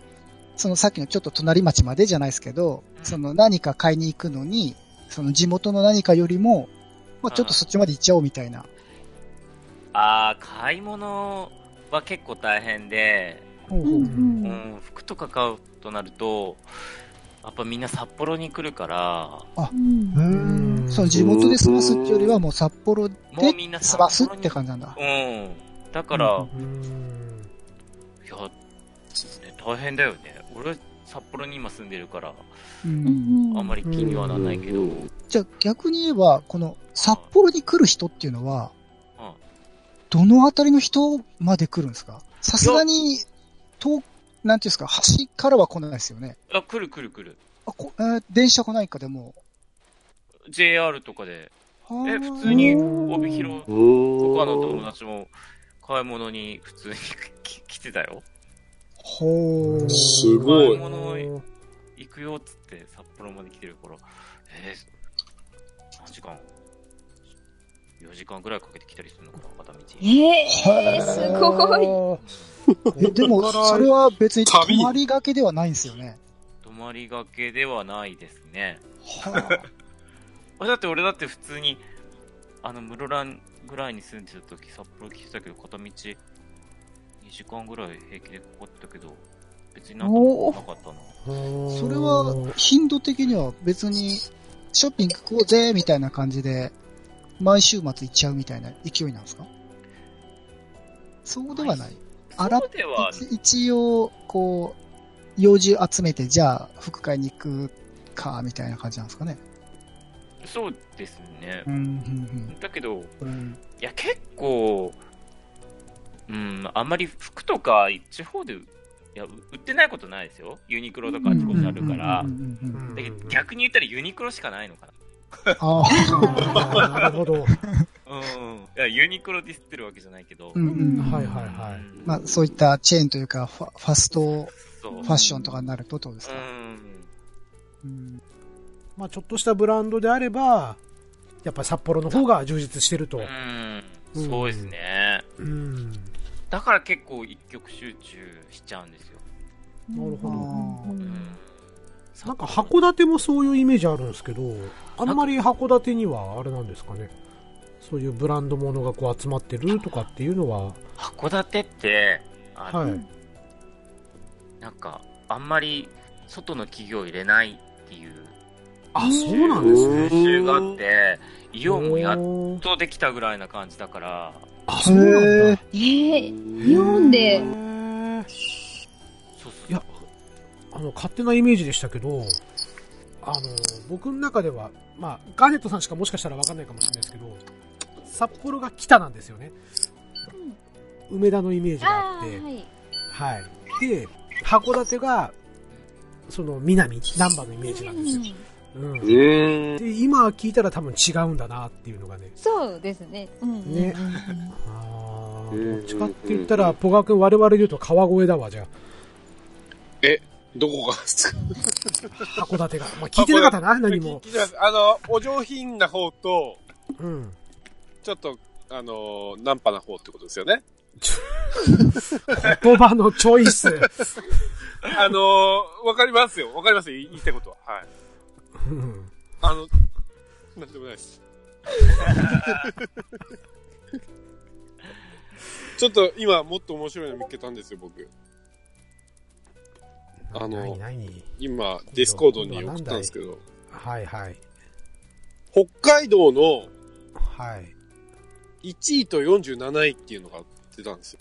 Speaker 4: そのさっきのちょっと隣町までじゃないですけど、その何か買いに行くのに、その地元の何かよりも、まあちょっとそっちまで行っちゃおうみたいな。
Speaker 3: あー、買い物は結構大変で、
Speaker 4: ほう
Speaker 5: うん
Speaker 4: ほ
Speaker 5: う
Speaker 4: うん
Speaker 3: うん、服とか買うとなると、やっぱみんな札幌に来るから、
Speaker 5: うん
Speaker 4: うーんその地元で済ますっていうよりはもう札幌で
Speaker 3: もうみんな
Speaker 4: 済
Speaker 3: 札
Speaker 4: ます
Speaker 3: 幌に
Speaker 4: って感じなんだ。
Speaker 3: うん。だから、
Speaker 4: うん
Speaker 1: うん
Speaker 3: いや、ね、大変だよね。俺、札幌に今住んでるから、
Speaker 4: うん
Speaker 3: あんまり気にはならないけど、うん
Speaker 4: じゃあ逆に言えば、この札幌に来る人っていうのは、どのあたりの人まで来るんですかさすがに、遠、なんていうんですか、端からは来ないですよね。
Speaker 3: あ、来る来る来る。
Speaker 4: あこえー電車来ないかでも。
Speaker 3: JR とかで。え、
Speaker 4: え
Speaker 3: 普通に
Speaker 1: おー
Speaker 3: 帯広とかの友達も買い物に普通に来来てたよ。
Speaker 4: ほう。
Speaker 2: すごい
Speaker 3: 買い物行くよっつって札幌まで来てるから、えー、何時間 ?4 時間ぐらいかけて来たりするのかな、片道。
Speaker 5: えー、
Speaker 4: へー
Speaker 5: すご
Speaker 4: えでも、それは別に
Speaker 2: 旅
Speaker 4: 泊まりがけではないんですよね。
Speaker 3: 泊まりがけではないですね。
Speaker 4: は
Speaker 3: あだって俺だって普通にあの室蘭ぐらいに住んでた時札幌来てたけど片道2時間ぐらい平気でかかったけど別になんともなかったな
Speaker 4: あ、
Speaker 1: い
Speaker 4: それは、頻度的には別に、ショッピング行こうぜ、みたいな感じで、毎週末行っちゃうみたいな勢いなんですかそうではない。あら
Speaker 3: そうでは
Speaker 4: 一一応、こう、用事集めて、じゃあ、服買いに行くか、みたいな感じなんですかね。
Speaker 3: そうですね
Speaker 4: うん、うん、
Speaker 3: だけど
Speaker 4: うんうん。
Speaker 3: いや結構うんあんまり服とか地方でいやう売ってないことないですよユニクロとかあちこちあるから
Speaker 4: うんうんうんうんうん
Speaker 3: だけど逆に言ったらユニクロしかないのかな
Speaker 4: ああ。
Speaker 1: あーなるほど。
Speaker 3: うん、いからユニクロディスってるわけじゃないけど、
Speaker 4: うんうん。
Speaker 1: はいはいはい。
Speaker 4: まあ、そういったチェーンというか、ファファスト
Speaker 3: そう。
Speaker 4: ファッションとかになるとどうですか、
Speaker 3: うん。
Speaker 4: うん
Speaker 1: まあ、ちょっとしたブランドであれば、やっぱ札幌の方が充実してると。
Speaker 3: うん。そうですね。
Speaker 1: うん。
Speaker 3: だから結構一極集中しちゃうんですよ。
Speaker 1: なるほど
Speaker 5: うん
Speaker 3: う
Speaker 5: うん
Speaker 3: ん。
Speaker 1: なんか函館もそういうイメージあるんですけど、あんまり函館にはあれなんですかね。そういうブランドものがこう集まってるとかっていうのは、
Speaker 3: 函館って、あの、
Speaker 1: はい。
Speaker 3: なんか、あんまり外の企業入れないっていう
Speaker 1: あ、そうなんですね。
Speaker 3: 風習があって、イオンもやっ
Speaker 1: おー
Speaker 3: とできたぐらいな感じだから、
Speaker 1: あ、そうなんだ。
Speaker 5: えー、日本で、
Speaker 1: へー
Speaker 3: そうそう
Speaker 1: いや、あの、勝手なイメージでしたけど、あの、僕の中では、まあ、ガーネットさんしかもしかしたらわかんないかもしれないですけど、札幌が北なんですよね。梅田のイメージがあっ
Speaker 5: ああ
Speaker 1: て、
Speaker 5: ー、はい。
Speaker 1: はい。で、函館が、その南、南波のイメージなんですよ。うん。で、
Speaker 2: うん。
Speaker 1: 今聞いたら多分違うんだなっていうのがね。
Speaker 5: そうですね。うん。
Speaker 1: ね
Speaker 5: うん。
Speaker 1: あ
Speaker 2: うんうん
Speaker 1: ー
Speaker 2: うん
Speaker 1: どっちかって言ったら、ポガ君我々で言うと川越だわ、じゃ
Speaker 2: どこがですか
Speaker 1: あ。函館が。まあ、聞いてなかったな、何も。
Speaker 2: 聞いてますあの、お上品な方と、
Speaker 1: うん。
Speaker 2: ちょっと、あの、ナンパな方ってことですよね。
Speaker 1: 言葉のチョイス。
Speaker 2: あの、わかりますよ。わかりますよ。言いたいことは。はい。
Speaker 1: うん
Speaker 2: あの、なんでもないです。ちょっと今もっと面白いの見つけたんですよ、僕。あの
Speaker 1: 何何
Speaker 2: 今、ディスコードに送ったんですけど、
Speaker 1: はいはい。
Speaker 2: 北海道の
Speaker 1: はい。
Speaker 2: 1位と47位っていうのが出たんですよ。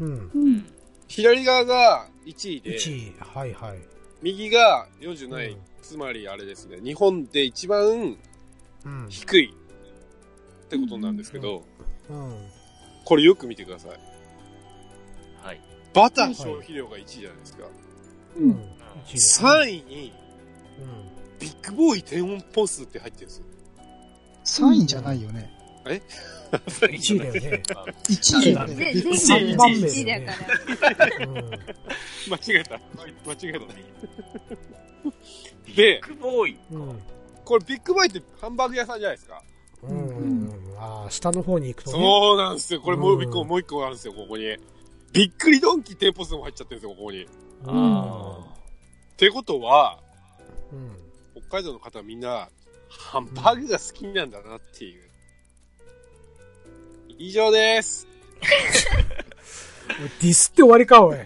Speaker 1: うん。
Speaker 5: うん。
Speaker 2: 左側が1位で、
Speaker 1: 1位。はいはい。
Speaker 2: 右が47位、
Speaker 1: うん
Speaker 2: つまりあれですね、日本で一番
Speaker 1: うん。
Speaker 2: 低いってことなんですけど、
Speaker 1: うん。
Speaker 2: これよく見てください。
Speaker 3: はい。
Speaker 2: バター消費量が1位じゃないですか。
Speaker 1: うん。1位ですね
Speaker 2: 3位に
Speaker 1: うん。
Speaker 2: ビッグボーイ低音ポン数って入ってるんですよ。
Speaker 4: 3位じゃないよね。
Speaker 1: 1位だよね。
Speaker 4: 1位だよね。
Speaker 5: で
Speaker 4: びっく
Speaker 5: 全
Speaker 4: りす
Speaker 5: 部
Speaker 4: る
Speaker 1: 三番目
Speaker 5: 1位だから。
Speaker 1: うん。
Speaker 2: 間違えた。間違えた。で
Speaker 3: ビッグボーイ。
Speaker 1: うん。
Speaker 2: これビッグボーイってハンバーグ屋さんじゃないですか。
Speaker 1: うんうんうん、ああ、下の方に行くとね。
Speaker 2: そうなんですよ。これもう一個、
Speaker 1: うん
Speaker 2: もう一個あるんですよ、ここに。びっくりドンキー店舗数も入っちゃってるんですよ、ここに。っ
Speaker 3: あ
Speaker 2: てことは、
Speaker 1: うん。
Speaker 2: 北海道の方みんな、ハンバーグが好きなんだなっていう。以上です。
Speaker 1: ディスって終わりか、おい。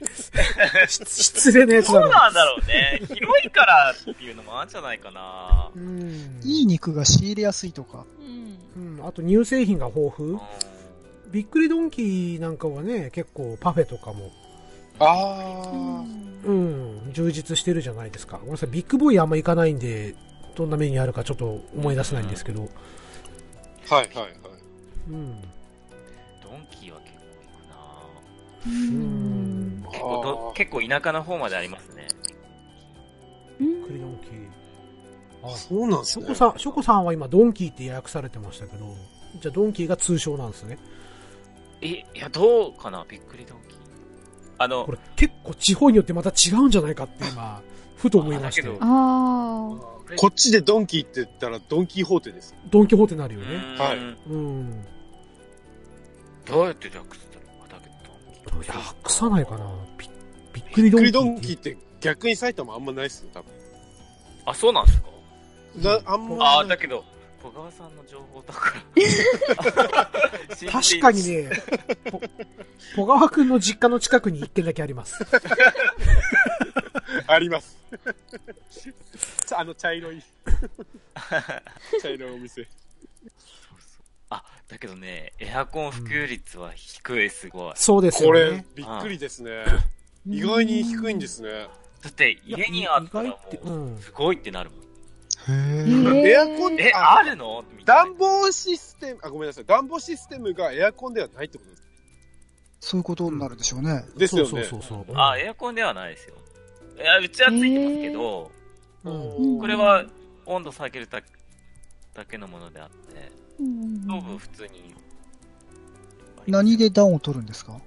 Speaker 1: し失礼なやつ
Speaker 3: そ
Speaker 1: だ
Speaker 3: う
Speaker 1: な。
Speaker 3: なんだろうね。 広いからっていうのもあるんじゃないかな。
Speaker 1: うん。
Speaker 4: いい肉が仕入れやすいとか。
Speaker 5: うん。
Speaker 1: うん。あと乳製品が豊富。びっくりドンキーなんかはね、結構パフェとかも、
Speaker 2: あ
Speaker 1: うん、充実してるじゃないですか。ごめんなさい、ビッグボーイあんま行かないんで、どんなメニューあるかちょっと思い出せないんですけど。
Speaker 2: ー。はいはいはい。
Speaker 1: うん。
Speaker 3: ドンキーは結構行くな
Speaker 1: う
Speaker 5: う
Speaker 1: んん。
Speaker 3: 結構ど
Speaker 2: あー
Speaker 3: 結構田舎の方までありますね。
Speaker 1: びっくりドンキー。あ、
Speaker 2: そうなんで
Speaker 1: ショコさん、ショコさんは今ドンキーって訳されてましたけど、じゃあドンキーが通称なんですね。
Speaker 3: え、いや、どうかなびっくりドンキー。あの
Speaker 1: こ、れ結構地方によってまた違うんじゃないかって今、ふと思いまし
Speaker 3: あ
Speaker 1: て
Speaker 3: だけ、ど
Speaker 5: ああ。
Speaker 2: こっちでドンキーって言ったらドンキーホーテですよ。
Speaker 1: ドンキホーテになる
Speaker 3: う
Speaker 1: よね。
Speaker 3: ーん
Speaker 2: はい
Speaker 1: うん。
Speaker 3: どうやって略したのあだけどドンキー。
Speaker 1: 訳さないかな。びびっく
Speaker 2: び
Speaker 1: り
Speaker 2: っ
Speaker 1: ド
Speaker 2: く
Speaker 1: ンキ
Speaker 2: り
Speaker 1: ー
Speaker 2: ド
Speaker 1: っ
Speaker 2: ン
Speaker 1: て。
Speaker 2: キーって逆に埼玉あんまないっすよ、多分。
Speaker 3: あ、そうなんですか
Speaker 2: なあん
Speaker 3: あ
Speaker 2: ま
Speaker 3: あ、
Speaker 2: な
Speaker 3: だ
Speaker 2: い。
Speaker 3: けど、小川さんの情報だから
Speaker 1: 確かにね、ぽ小川くんの実家の近くに一軒だけあります。
Speaker 2: あります。ち ゃあの茶色 い。茶色いお店。
Speaker 3: あ、だけどね、エアコン普及率は低い、すごい。
Speaker 1: そうです
Speaker 2: こ
Speaker 1: よ
Speaker 2: れ
Speaker 1: ね。、
Speaker 2: びっくりですね。意外に低いんですね。
Speaker 3: だって、家にあった
Speaker 1: い
Speaker 3: ら
Speaker 1: や
Speaker 3: も
Speaker 1: 意外ってうん
Speaker 3: う、すごいってなるもん。
Speaker 4: へー
Speaker 5: ー
Speaker 2: エアコン、
Speaker 3: え、あるのみたい
Speaker 2: 暖房システム、あ、ごめんなさい。暖房システムがエアコンではないってことです
Speaker 4: そういうことになるでしょうね。
Speaker 2: ですよね。
Speaker 1: そうそうそうそう。
Speaker 3: な。あ、エアコンではないですよ。いや、うちはついてますけど、
Speaker 1: うん
Speaker 5: うん
Speaker 3: これは温度下げるだだけのものであって、
Speaker 5: うん
Speaker 3: ストーブ普通に。
Speaker 4: 何で暖を取るんですか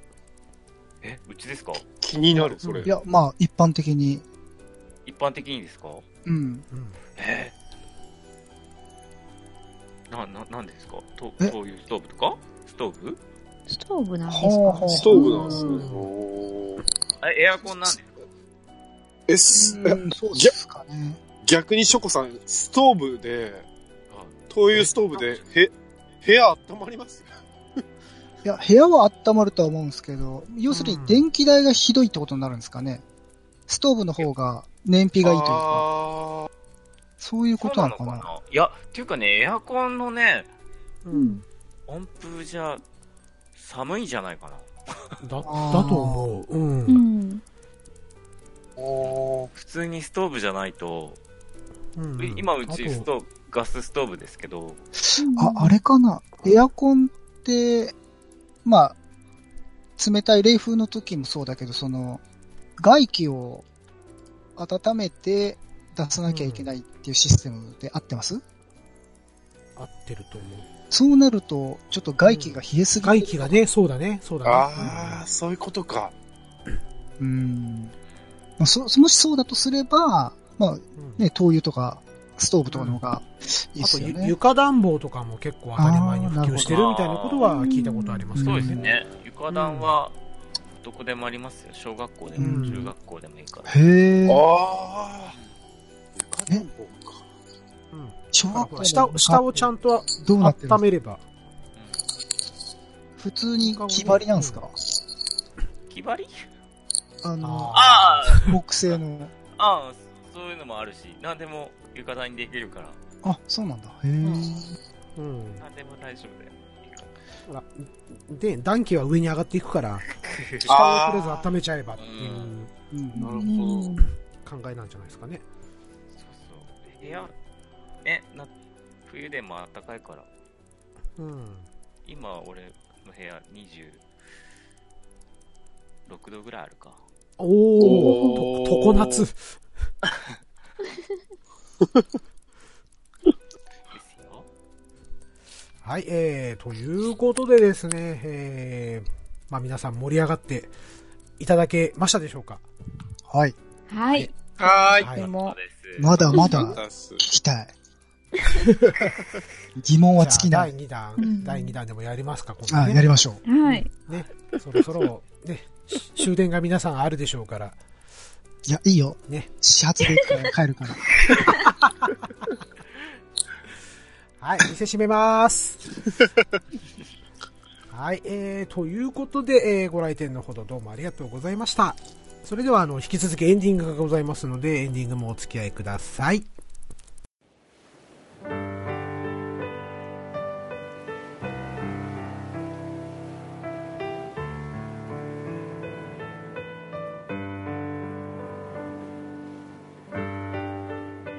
Speaker 3: え、うちですか
Speaker 2: 気になる、それ
Speaker 4: い。や、まあ、一般的に。
Speaker 3: 一般的にですか
Speaker 4: うん。
Speaker 1: うん
Speaker 3: えな、な、なんですかと、
Speaker 4: え
Speaker 3: そういうストーブとかストーブ
Speaker 5: ストーブなんですか
Speaker 4: ほうほう
Speaker 2: ストーブなんですね
Speaker 1: うん
Speaker 2: おー。
Speaker 3: え、エアコンなんですか
Speaker 2: え、す
Speaker 4: う
Speaker 2: え
Speaker 4: ん、そうですかね。
Speaker 2: 逆にショコさん、ストーブで、
Speaker 3: あ
Speaker 2: 灯油ストーブで、へ、部屋温まります
Speaker 4: いや、部屋は温まるとは思うんですけど、要するに電気代がひどいってことになるんですかね。ストーブの方が燃費がいいというか、
Speaker 2: あ
Speaker 4: そういうこ
Speaker 3: そう
Speaker 4: と
Speaker 3: な
Speaker 4: な
Speaker 3: の
Speaker 4: の
Speaker 3: か
Speaker 4: かな。
Speaker 3: ないや、っていうかね、エアコンのね、
Speaker 1: うん
Speaker 3: 温風じゃ、寒いんじゃないかな。
Speaker 1: だだと
Speaker 4: あー
Speaker 1: 思う、うん
Speaker 5: う
Speaker 1: うん
Speaker 5: ん。
Speaker 2: ーおー
Speaker 3: 普通にストーブじゃないと、
Speaker 1: うん
Speaker 3: 今うち
Speaker 1: あと
Speaker 3: ストーブ、ガスストーブですけど、
Speaker 4: あ、あれかなエアコンって、まあ、冷たい冷風の時もそうだけど、その、外気を温めて出さなきゃいけないっていうシステムで合ってます、
Speaker 1: 合ってると思う
Speaker 4: そうなると、ちょっと外気が冷えすぎる。
Speaker 1: 外気がねそうだねそうだね
Speaker 2: あー、そういうことか。
Speaker 4: うん。まあ、そ、もしそうだとすれば、まあ
Speaker 1: うんうん
Speaker 4: ね、灯油とか、ストーブとかの方がいい
Speaker 1: あ
Speaker 4: で
Speaker 1: と
Speaker 4: すよ
Speaker 1: ゆ
Speaker 4: ね。
Speaker 1: 床暖房とかも結構当たり前に普及してるみたいなことは
Speaker 5: あー
Speaker 1: 聞いたことありますけ
Speaker 3: そ
Speaker 1: ど
Speaker 3: う
Speaker 1: ね
Speaker 3: ですね。床暖は、どこでもありますよ。小学校で
Speaker 4: う
Speaker 3: も、
Speaker 4: ん
Speaker 3: 中学校でもいいから。
Speaker 4: へえ。
Speaker 2: あー。
Speaker 4: え
Speaker 2: 床暖房か
Speaker 1: うん
Speaker 4: 小
Speaker 1: だからほ
Speaker 4: 学校
Speaker 1: ら下を下をちゃんと
Speaker 4: どうなってるんですか
Speaker 1: 温めれば
Speaker 4: 普通に木張りなんですか
Speaker 3: 木張り
Speaker 4: あの、
Speaker 3: ああ
Speaker 4: 木製の。
Speaker 3: ああ、そういうのもあるし、何でも床暖にできるから、
Speaker 4: あ、そうなんだ。へえ。
Speaker 1: うん
Speaker 3: 何でも大丈夫だ
Speaker 1: あ
Speaker 3: よ。
Speaker 1: で暖気は上に上がっていく から下を
Speaker 2: あー
Speaker 1: とりあえず温めちゃえばっていう
Speaker 4: うん
Speaker 2: なるほど。
Speaker 1: 考えなんじゃないですかね
Speaker 3: そうそう。部屋、ね、な、冬でも暖かいから、
Speaker 1: うん
Speaker 3: 今俺の部屋26度ぐらいあるか。
Speaker 1: おお
Speaker 2: おー
Speaker 1: と常夏
Speaker 3: ですよ。
Speaker 1: はい、えー、ということでですね、えー、まあ皆さん盛り上がっていただけましたでしょうか
Speaker 4: はい。
Speaker 5: はい。
Speaker 2: はーい。
Speaker 1: は
Speaker 5: で
Speaker 1: い。
Speaker 5: も、
Speaker 3: です。
Speaker 4: まだまだ聞
Speaker 2: あす
Speaker 4: き たい。疑問は尽き
Speaker 1: じゃあ
Speaker 4: ない。
Speaker 1: 第2弾、
Speaker 5: うん
Speaker 1: 第2弾でもやりますか、今
Speaker 4: あ、
Speaker 1: 度
Speaker 4: や
Speaker 1: ね。
Speaker 4: りましょう。
Speaker 5: はい。
Speaker 1: ね、そろそろ、ね、し終電が皆さんあるでしょうから、
Speaker 4: いや、いいよ。
Speaker 1: ね。
Speaker 4: 始発で行くから帰るから。
Speaker 1: はい、店閉めます。 はい、えー、ということで、えー、ご来店のほどどうもありがとうございました。それでは、あの、引き続きエンディングがございますので、エンディングもお付き合いください。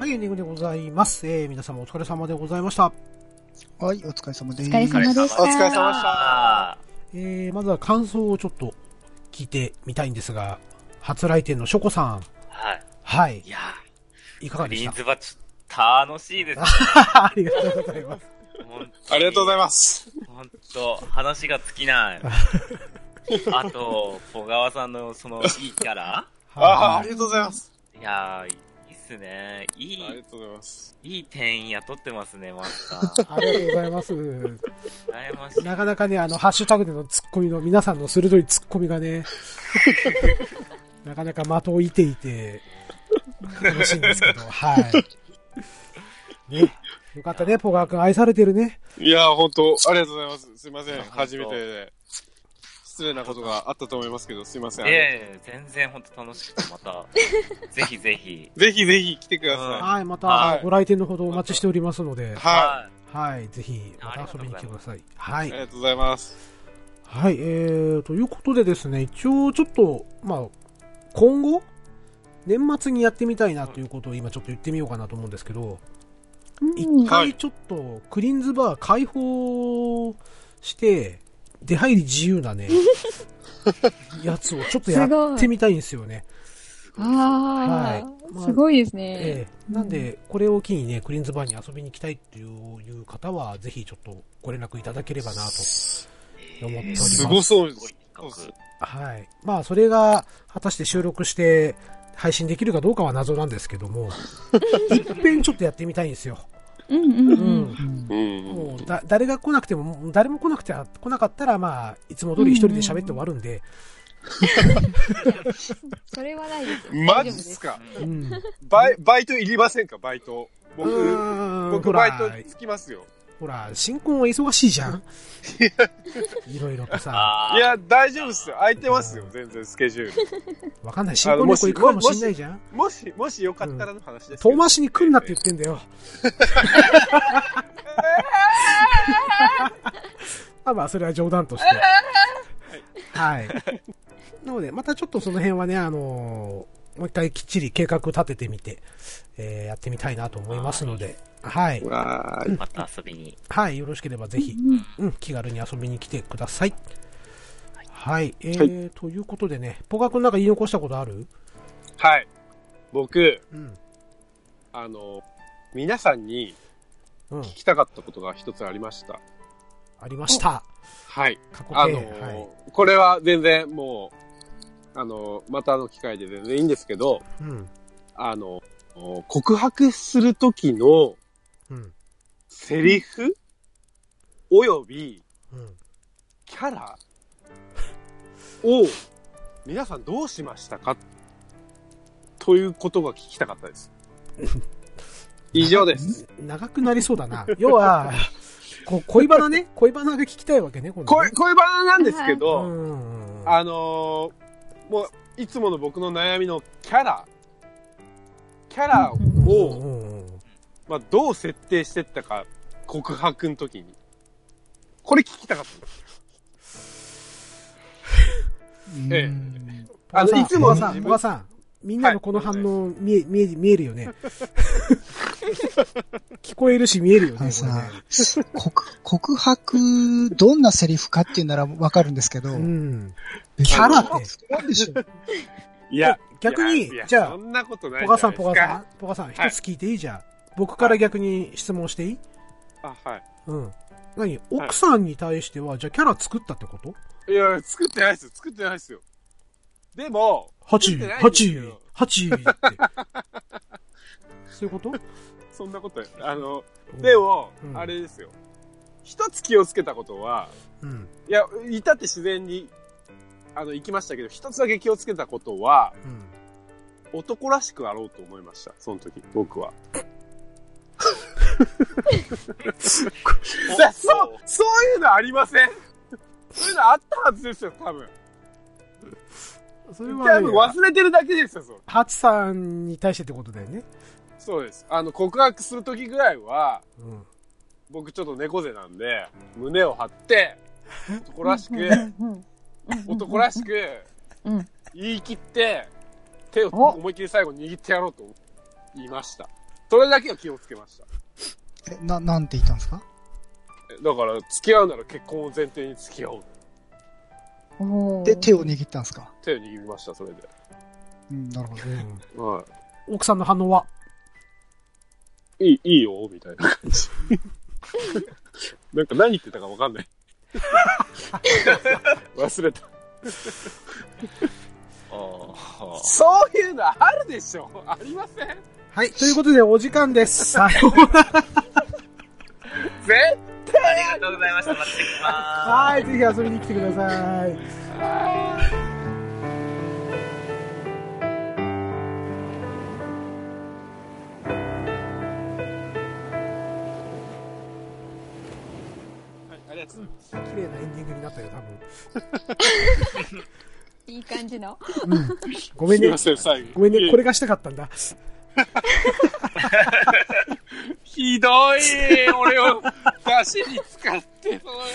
Speaker 1: はい、エンディングでございます。えー、皆様お疲れ様でございました。
Speaker 4: はい、お疲れ様で
Speaker 5: お
Speaker 4: す。
Speaker 5: 疲れ様でした。
Speaker 2: お疲れ様でした
Speaker 3: あ
Speaker 1: えー、まずは感想をちょっと聞いてみたいんですが、初来店のショコさん、
Speaker 3: ーはい。
Speaker 1: はい
Speaker 3: い、や
Speaker 1: いかが
Speaker 3: ー、
Speaker 1: でし
Speaker 3: リン
Speaker 1: た
Speaker 3: ズバチ、楽しいです。
Speaker 1: ありがとうございます。
Speaker 2: ありがとうござい
Speaker 3: ま
Speaker 2: ます。
Speaker 3: す。本当話が尽き ない。あと、小川さんのそのいいキャラ
Speaker 2: あー、あ
Speaker 1: は
Speaker 2: りがとうございます。
Speaker 3: いやー、いいっすね。い
Speaker 2: あり
Speaker 3: い
Speaker 2: が、とうございます。
Speaker 3: いい店員雇ってますね、マスター。
Speaker 1: いありがとうございます。
Speaker 3: 羨まし い。
Speaker 1: なかなかね、あの、ハッシュタグでのツッコミの、皆さんの鋭いツッコミがね、 なかなか的を射ていて、楽しいんですけど、はい。ね、よかったね、ポガー君、愛されてるね。
Speaker 2: いやー、本当ありがとうございます。すいませ
Speaker 3: い
Speaker 2: ん。
Speaker 3: や本当
Speaker 2: 初めてで。失礼なことがあったと思いますけど、すいません。
Speaker 3: ええ、全然本当楽しくて、ま た、ぜひぜひ。
Speaker 2: ぜひぜひ来てくださ
Speaker 1: はい、ま
Speaker 3: は
Speaker 1: た
Speaker 2: い、
Speaker 1: ご来店のほどお待ちしておりますので
Speaker 2: い。、は
Speaker 1: はい、ぜひ、また遊びに来てください。はい
Speaker 2: い。あり。がとうございます。
Speaker 1: はい、えー、ということでですね、一応ちょっと、まあ、今後、年末にやってみたいなということを今ちょっと言ってみようかなと思うんですけど、
Speaker 5: うん
Speaker 1: 一
Speaker 2: は
Speaker 1: 回
Speaker 2: い
Speaker 1: ちょっとクリーンズバー開放して、出 入り自由なね、やつをちょっとやってみたいんですよね。
Speaker 3: すご
Speaker 5: あ
Speaker 3: いです。
Speaker 1: はい
Speaker 5: あ、
Speaker 1: まあ
Speaker 5: すごいですね。
Speaker 1: ええ、なんで、これを機にね、クリーンズバーに遊びに来たいっていう方は、ぜひちょっとご連絡いただければなと思っております。
Speaker 2: すごそうです
Speaker 3: ごい
Speaker 2: す。
Speaker 3: 企
Speaker 1: はい。まあ、それが、果たして収録して、配信できるかどうかは謎なんですけども、一遍ちょっとやってみたいんですよ。
Speaker 5: うんうんうん。
Speaker 4: うん
Speaker 2: う
Speaker 1: も
Speaker 2: ん
Speaker 1: う。だ誰が来なくても、誰も来なくて来なかったら、まあ、いつも通り一人で喋って終わるんで、
Speaker 5: それはないですよ。
Speaker 2: マジっす
Speaker 3: 画
Speaker 2: か
Speaker 3: うん
Speaker 1: うん。
Speaker 2: バイバイトいりませんかバイト。僕、
Speaker 1: うん
Speaker 2: 僕
Speaker 1: ほ
Speaker 2: バイ
Speaker 1: ら
Speaker 2: ト、つきますよ。
Speaker 1: ほら、新婚は忙しいじゃんいろいろとさ、
Speaker 3: あ
Speaker 2: いや、大丈夫っすよ。空いてますよ。全然スケジュール。
Speaker 1: わかんない。新婚旅行行くかもしんないじゃん
Speaker 2: もし、もしよかったらの話ですけど。
Speaker 1: 遠回しに来んなって言ってんだ よ。まあまあ、それは冗談として。はい。なので、またちょっとその辺はね、あのーもう一回きっちり計画立ててみて、えーやってみたいなと思いますので、はい。
Speaker 2: わ
Speaker 3: ーまた遊びに。
Speaker 1: はい。よろしければぜひ、
Speaker 5: う
Speaker 1: う
Speaker 5: ん
Speaker 1: ん、気軽に遊びに来てください。はい。えー
Speaker 2: は
Speaker 1: ということでね、ポカ君なんか言い残したことある
Speaker 2: はい。僕、
Speaker 1: うん。
Speaker 2: あの、皆さんに
Speaker 1: うん。
Speaker 2: 聞きたかったことが一つありました。
Speaker 1: ありました。
Speaker 2: はい。
Speaker 1: 過去形。
Speaker 2: あの、
Speaker 1: はい。
Speaker 2: これは全然もう、あの、またの機会で全然いいんですけど、
Speaker 1: うん。
Speaker 2: あの、告白するときの
Speaker 1: うん。
Speaker 2: セリフおよび
Speaker 1: うん。
Speaker 2: キャラを皆さんどうしましたかということが聞きたかった です。以上です。
Speaker 1: 長くなりそうだな。 要は、こ恋バナね。恋バナが聞きたいわけね、今度
Speaker 2: こ
Speaker 1: ね
Speaker 2: う、こういう場なんですけ
Speaker 1: う
Speaker 2: ど、
Speaker 1: ん。
Speaker 2: あのーもう、いつもの僕の悩みのキャラ、キャラ
Speaker 1: うん
Speaker 2: を、
Speaker 1: うんうん
Speaker 2: まあ、どう設定してったか、告白の時に。これ聞きたかったです。
Speaker 4: うん
Speaker 2: えあ
Speaker 1: ポカさん
Speaker 2: の、いつも
Speaker 1: ポ
Speaker 2: は
Speaker 1: カさん、
Speaker 2: 自
Speaker 1: ポ
Speaker 2: 分
Speaker 1: カさん、みんなのこの反応、見え、見え、見えるよね。 聞こえるし見えるよね、
Speaker 4: あ
Speaker 1: これ
Speaker 4: の
Speaker 1: ね
Speaker 4: さ、告告白、どんなセリフかっていうならわかるんですけど
Speaker 1: う、ん。
Speaker 4: キャラってすごいでしょ。
Speaker 2: いや、
Speaker 1: 逆に
Speaker 2: いや、
Speaker 1: じゃ
Speaker 2: そ
Speaker 1: あ、
Speaker 2: んなことない
Speaker 1: ポ
Speaker 2: じゃ
Speaker 1: カさ
Speaker 2: ない
Speaker 1: ん、
Speaker 2: です
Speaker 1: ポ
Speaker 2: か
Speaker 1: カさん、ポカさん、一
Speaker 2: はい
Speaker 1: つ聞いていいじゃん。僕から逆に質問していい
Speaker 2: あ、はい。
Speaker 1: うん。何奥さんに対しては、じゃあキャラ作ったってこと
Speaker 2: いや、作ってないですよ。作ってないですよ。でも、作
Speaker 1: 八
Speaker 2: ってないんです
Speaker 1: 八八
Speaker 2: よ
Speaker 1: って。そういうこと
Speaker 2: そんなこと、あの、で、も、
Speaker 1: うん
Speaker 2: あれですよ。一つ気をつけたことは、
Speaker 1: うん。
Speaker 2: いや、いたって自然に、あの、行きましたけど、一つだけ気をつけたことは、
Speaker 1: うん。
Speaker 2: 男らしくあろうと思いました。その時、僕 は。 いやそう、そういうのありませんそういうのあったはずですよ、多分。
Speaker 1: それ
Speaker 2: 多
Speaker 1: は、ね
Speaker 2: 分、忘れてるだけですよ、それ
Speaker 1: ハチさんに対してってことだよね。
Speaker 2: そうです。あの、告白する時ぐらいは、
Speaker 1: うん。
Speaker 2: 僕ちょっと猫背なんで、胸を張って、男らしく、 男らしく、
Speaker 5: うん
Speaker 2: 言い切って、手を
Speaker 5: お
Speaker 2: 思いっきり最後握ってやろうと言いました。それだけは気をつけました。
Speaker 4: えな、なんて言ったんですか
Speaker 2: えだから、付き合うなら結婚を前提に付き合おう。
Speaker 5: おー
Speaker 4: で、手を握ったんですか
Speaker 2: 手を握りました、それで。
Speaker 4: うん、なるほどね。
Speaker 2: は。
Speaker 1: 奥さんの反応はい
Speaker 2: いい、いいよ、みたいな 感じ。なんか何言ってたかわかんない。忘れた。
Speaker 3: あー
Speaker 2: そういうのあるでしょありません
Speaker 1: はい。ということで、お時間です。 さようなら。
Speaker 2: 絶
Speaker 3: ありがとうございました。また来ます。
Speaker 1: はい。ぜひ遊びに来てください。
Speaker 2: はい、ありがとうございます。
Speaker 1: 綺麗なエンディングになったよ、
Speaker 5: いい感じの。
Speaker 1: 多分。うん。ごめん
Speaker 2: すい
Speaker 1: ね
Speaker 2: ま。せん、最後。
Speaker 1: ごめんね。こ
Speaker 2: これ。
Speaker 1: れがしたかったんだ。
Speaker 2: ひどい俺を出しに使って、そのや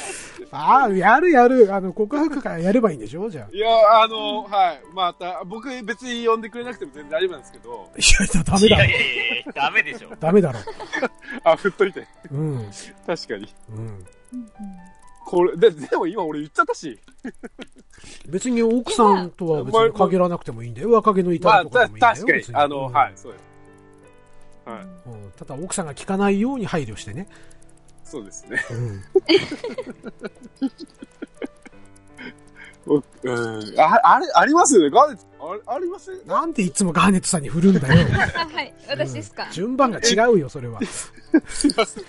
Speaker 1: ああ、やるやる。あの、告白からやればいいんでしょじゃあ。
Speaker 2: ついや、あの、はい。また、僕別に呼んでくれなくても全然大丈夫なんですけど、
Speaker 1: いや、ダメ
Speaker 3: い
Speaker 1: だ
Speaker 3: や
Speaker 1: ろ
Speaker 3: い。やいやいや、ダメでしょ。
Speaker 1: ダメだろ。
Speaker 2: あ、振っといて。
Speaker 1: うん。
Speaker 2: 確かに。
Speaker 1: うん。
Speaker 2: これ、で、でも今俺言っちゃったし。
Speaker 1: 別に奥さんとは別に限らなくてもいいんだよ。若気の至
Speaker 2: まあ、
Speaker 1: るとかで
Speaker 2: た
Speaker 1: もいいんだよ。
Speaker 2: 確かに
Speaker 1: 別。
Speaker 2: あの、
Speaker 1: うん
Speaker 2: はい、そうです。はい、
Speaker 1: うんただ奥さんが聞かないように配慮してね。
Speaker 2: そうですね。
Speaker 1: うん
Speaker 2: ううん。あ、あれ、ありますよね。ガーネット、あれ、ありません
Speaker 1: なんでいつもガーネットさんに振るんだよ。
Speaker 5: はい、私ですか
Speaker 1: うん。順番が違うよ、それは。
Speaker 2: すいません。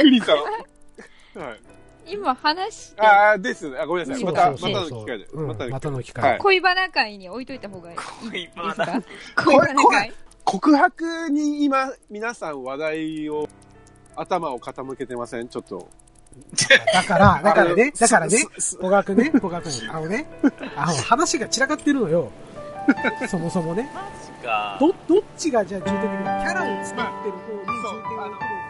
Speaker 2: クリさん。はい。
Speaker 5: 今話して、
Speaker 2: ああ、ですよね。あ、ごめんなさい。また、ま
Speaker 1: そ
Speaker 2: た
Speaker 1: う
Speaker 2: の
Speaker 1: そうそう
Speaker 2: 機会で。
Speaker 1: うん
Speaker 2: またの機
Speaker 1: ま
Speaker 2: 会
Speaker 1: たの機
Speaker 2: は
Speaker 1: 会
Speaker 2: い。
Speaker 5: 恋バナ会に置いといた方がいい
Speaker 3: 恋
Speaker 5: いいで
Speaker 3: バ
Speaker 5: す
Speaker 3: ナ
Speaker 5: か恋バナ
Speaker 2: これ
Speaker 5: 会。
Speaker 2: 告白に今、皆さん話題を、頭を傾けてませんちょっと。
Speaker 1: だから、だからね、だからね、
Speaker 2: す。す
Speaker 1: 小学ね、小学に。あのね、あの話が散らかってるの よ。そもそもね。
Speaker 3: マジか。
Speaker 1: ど、どっちがじゃあ重点的にキャラを作ってる方に重点を置くのか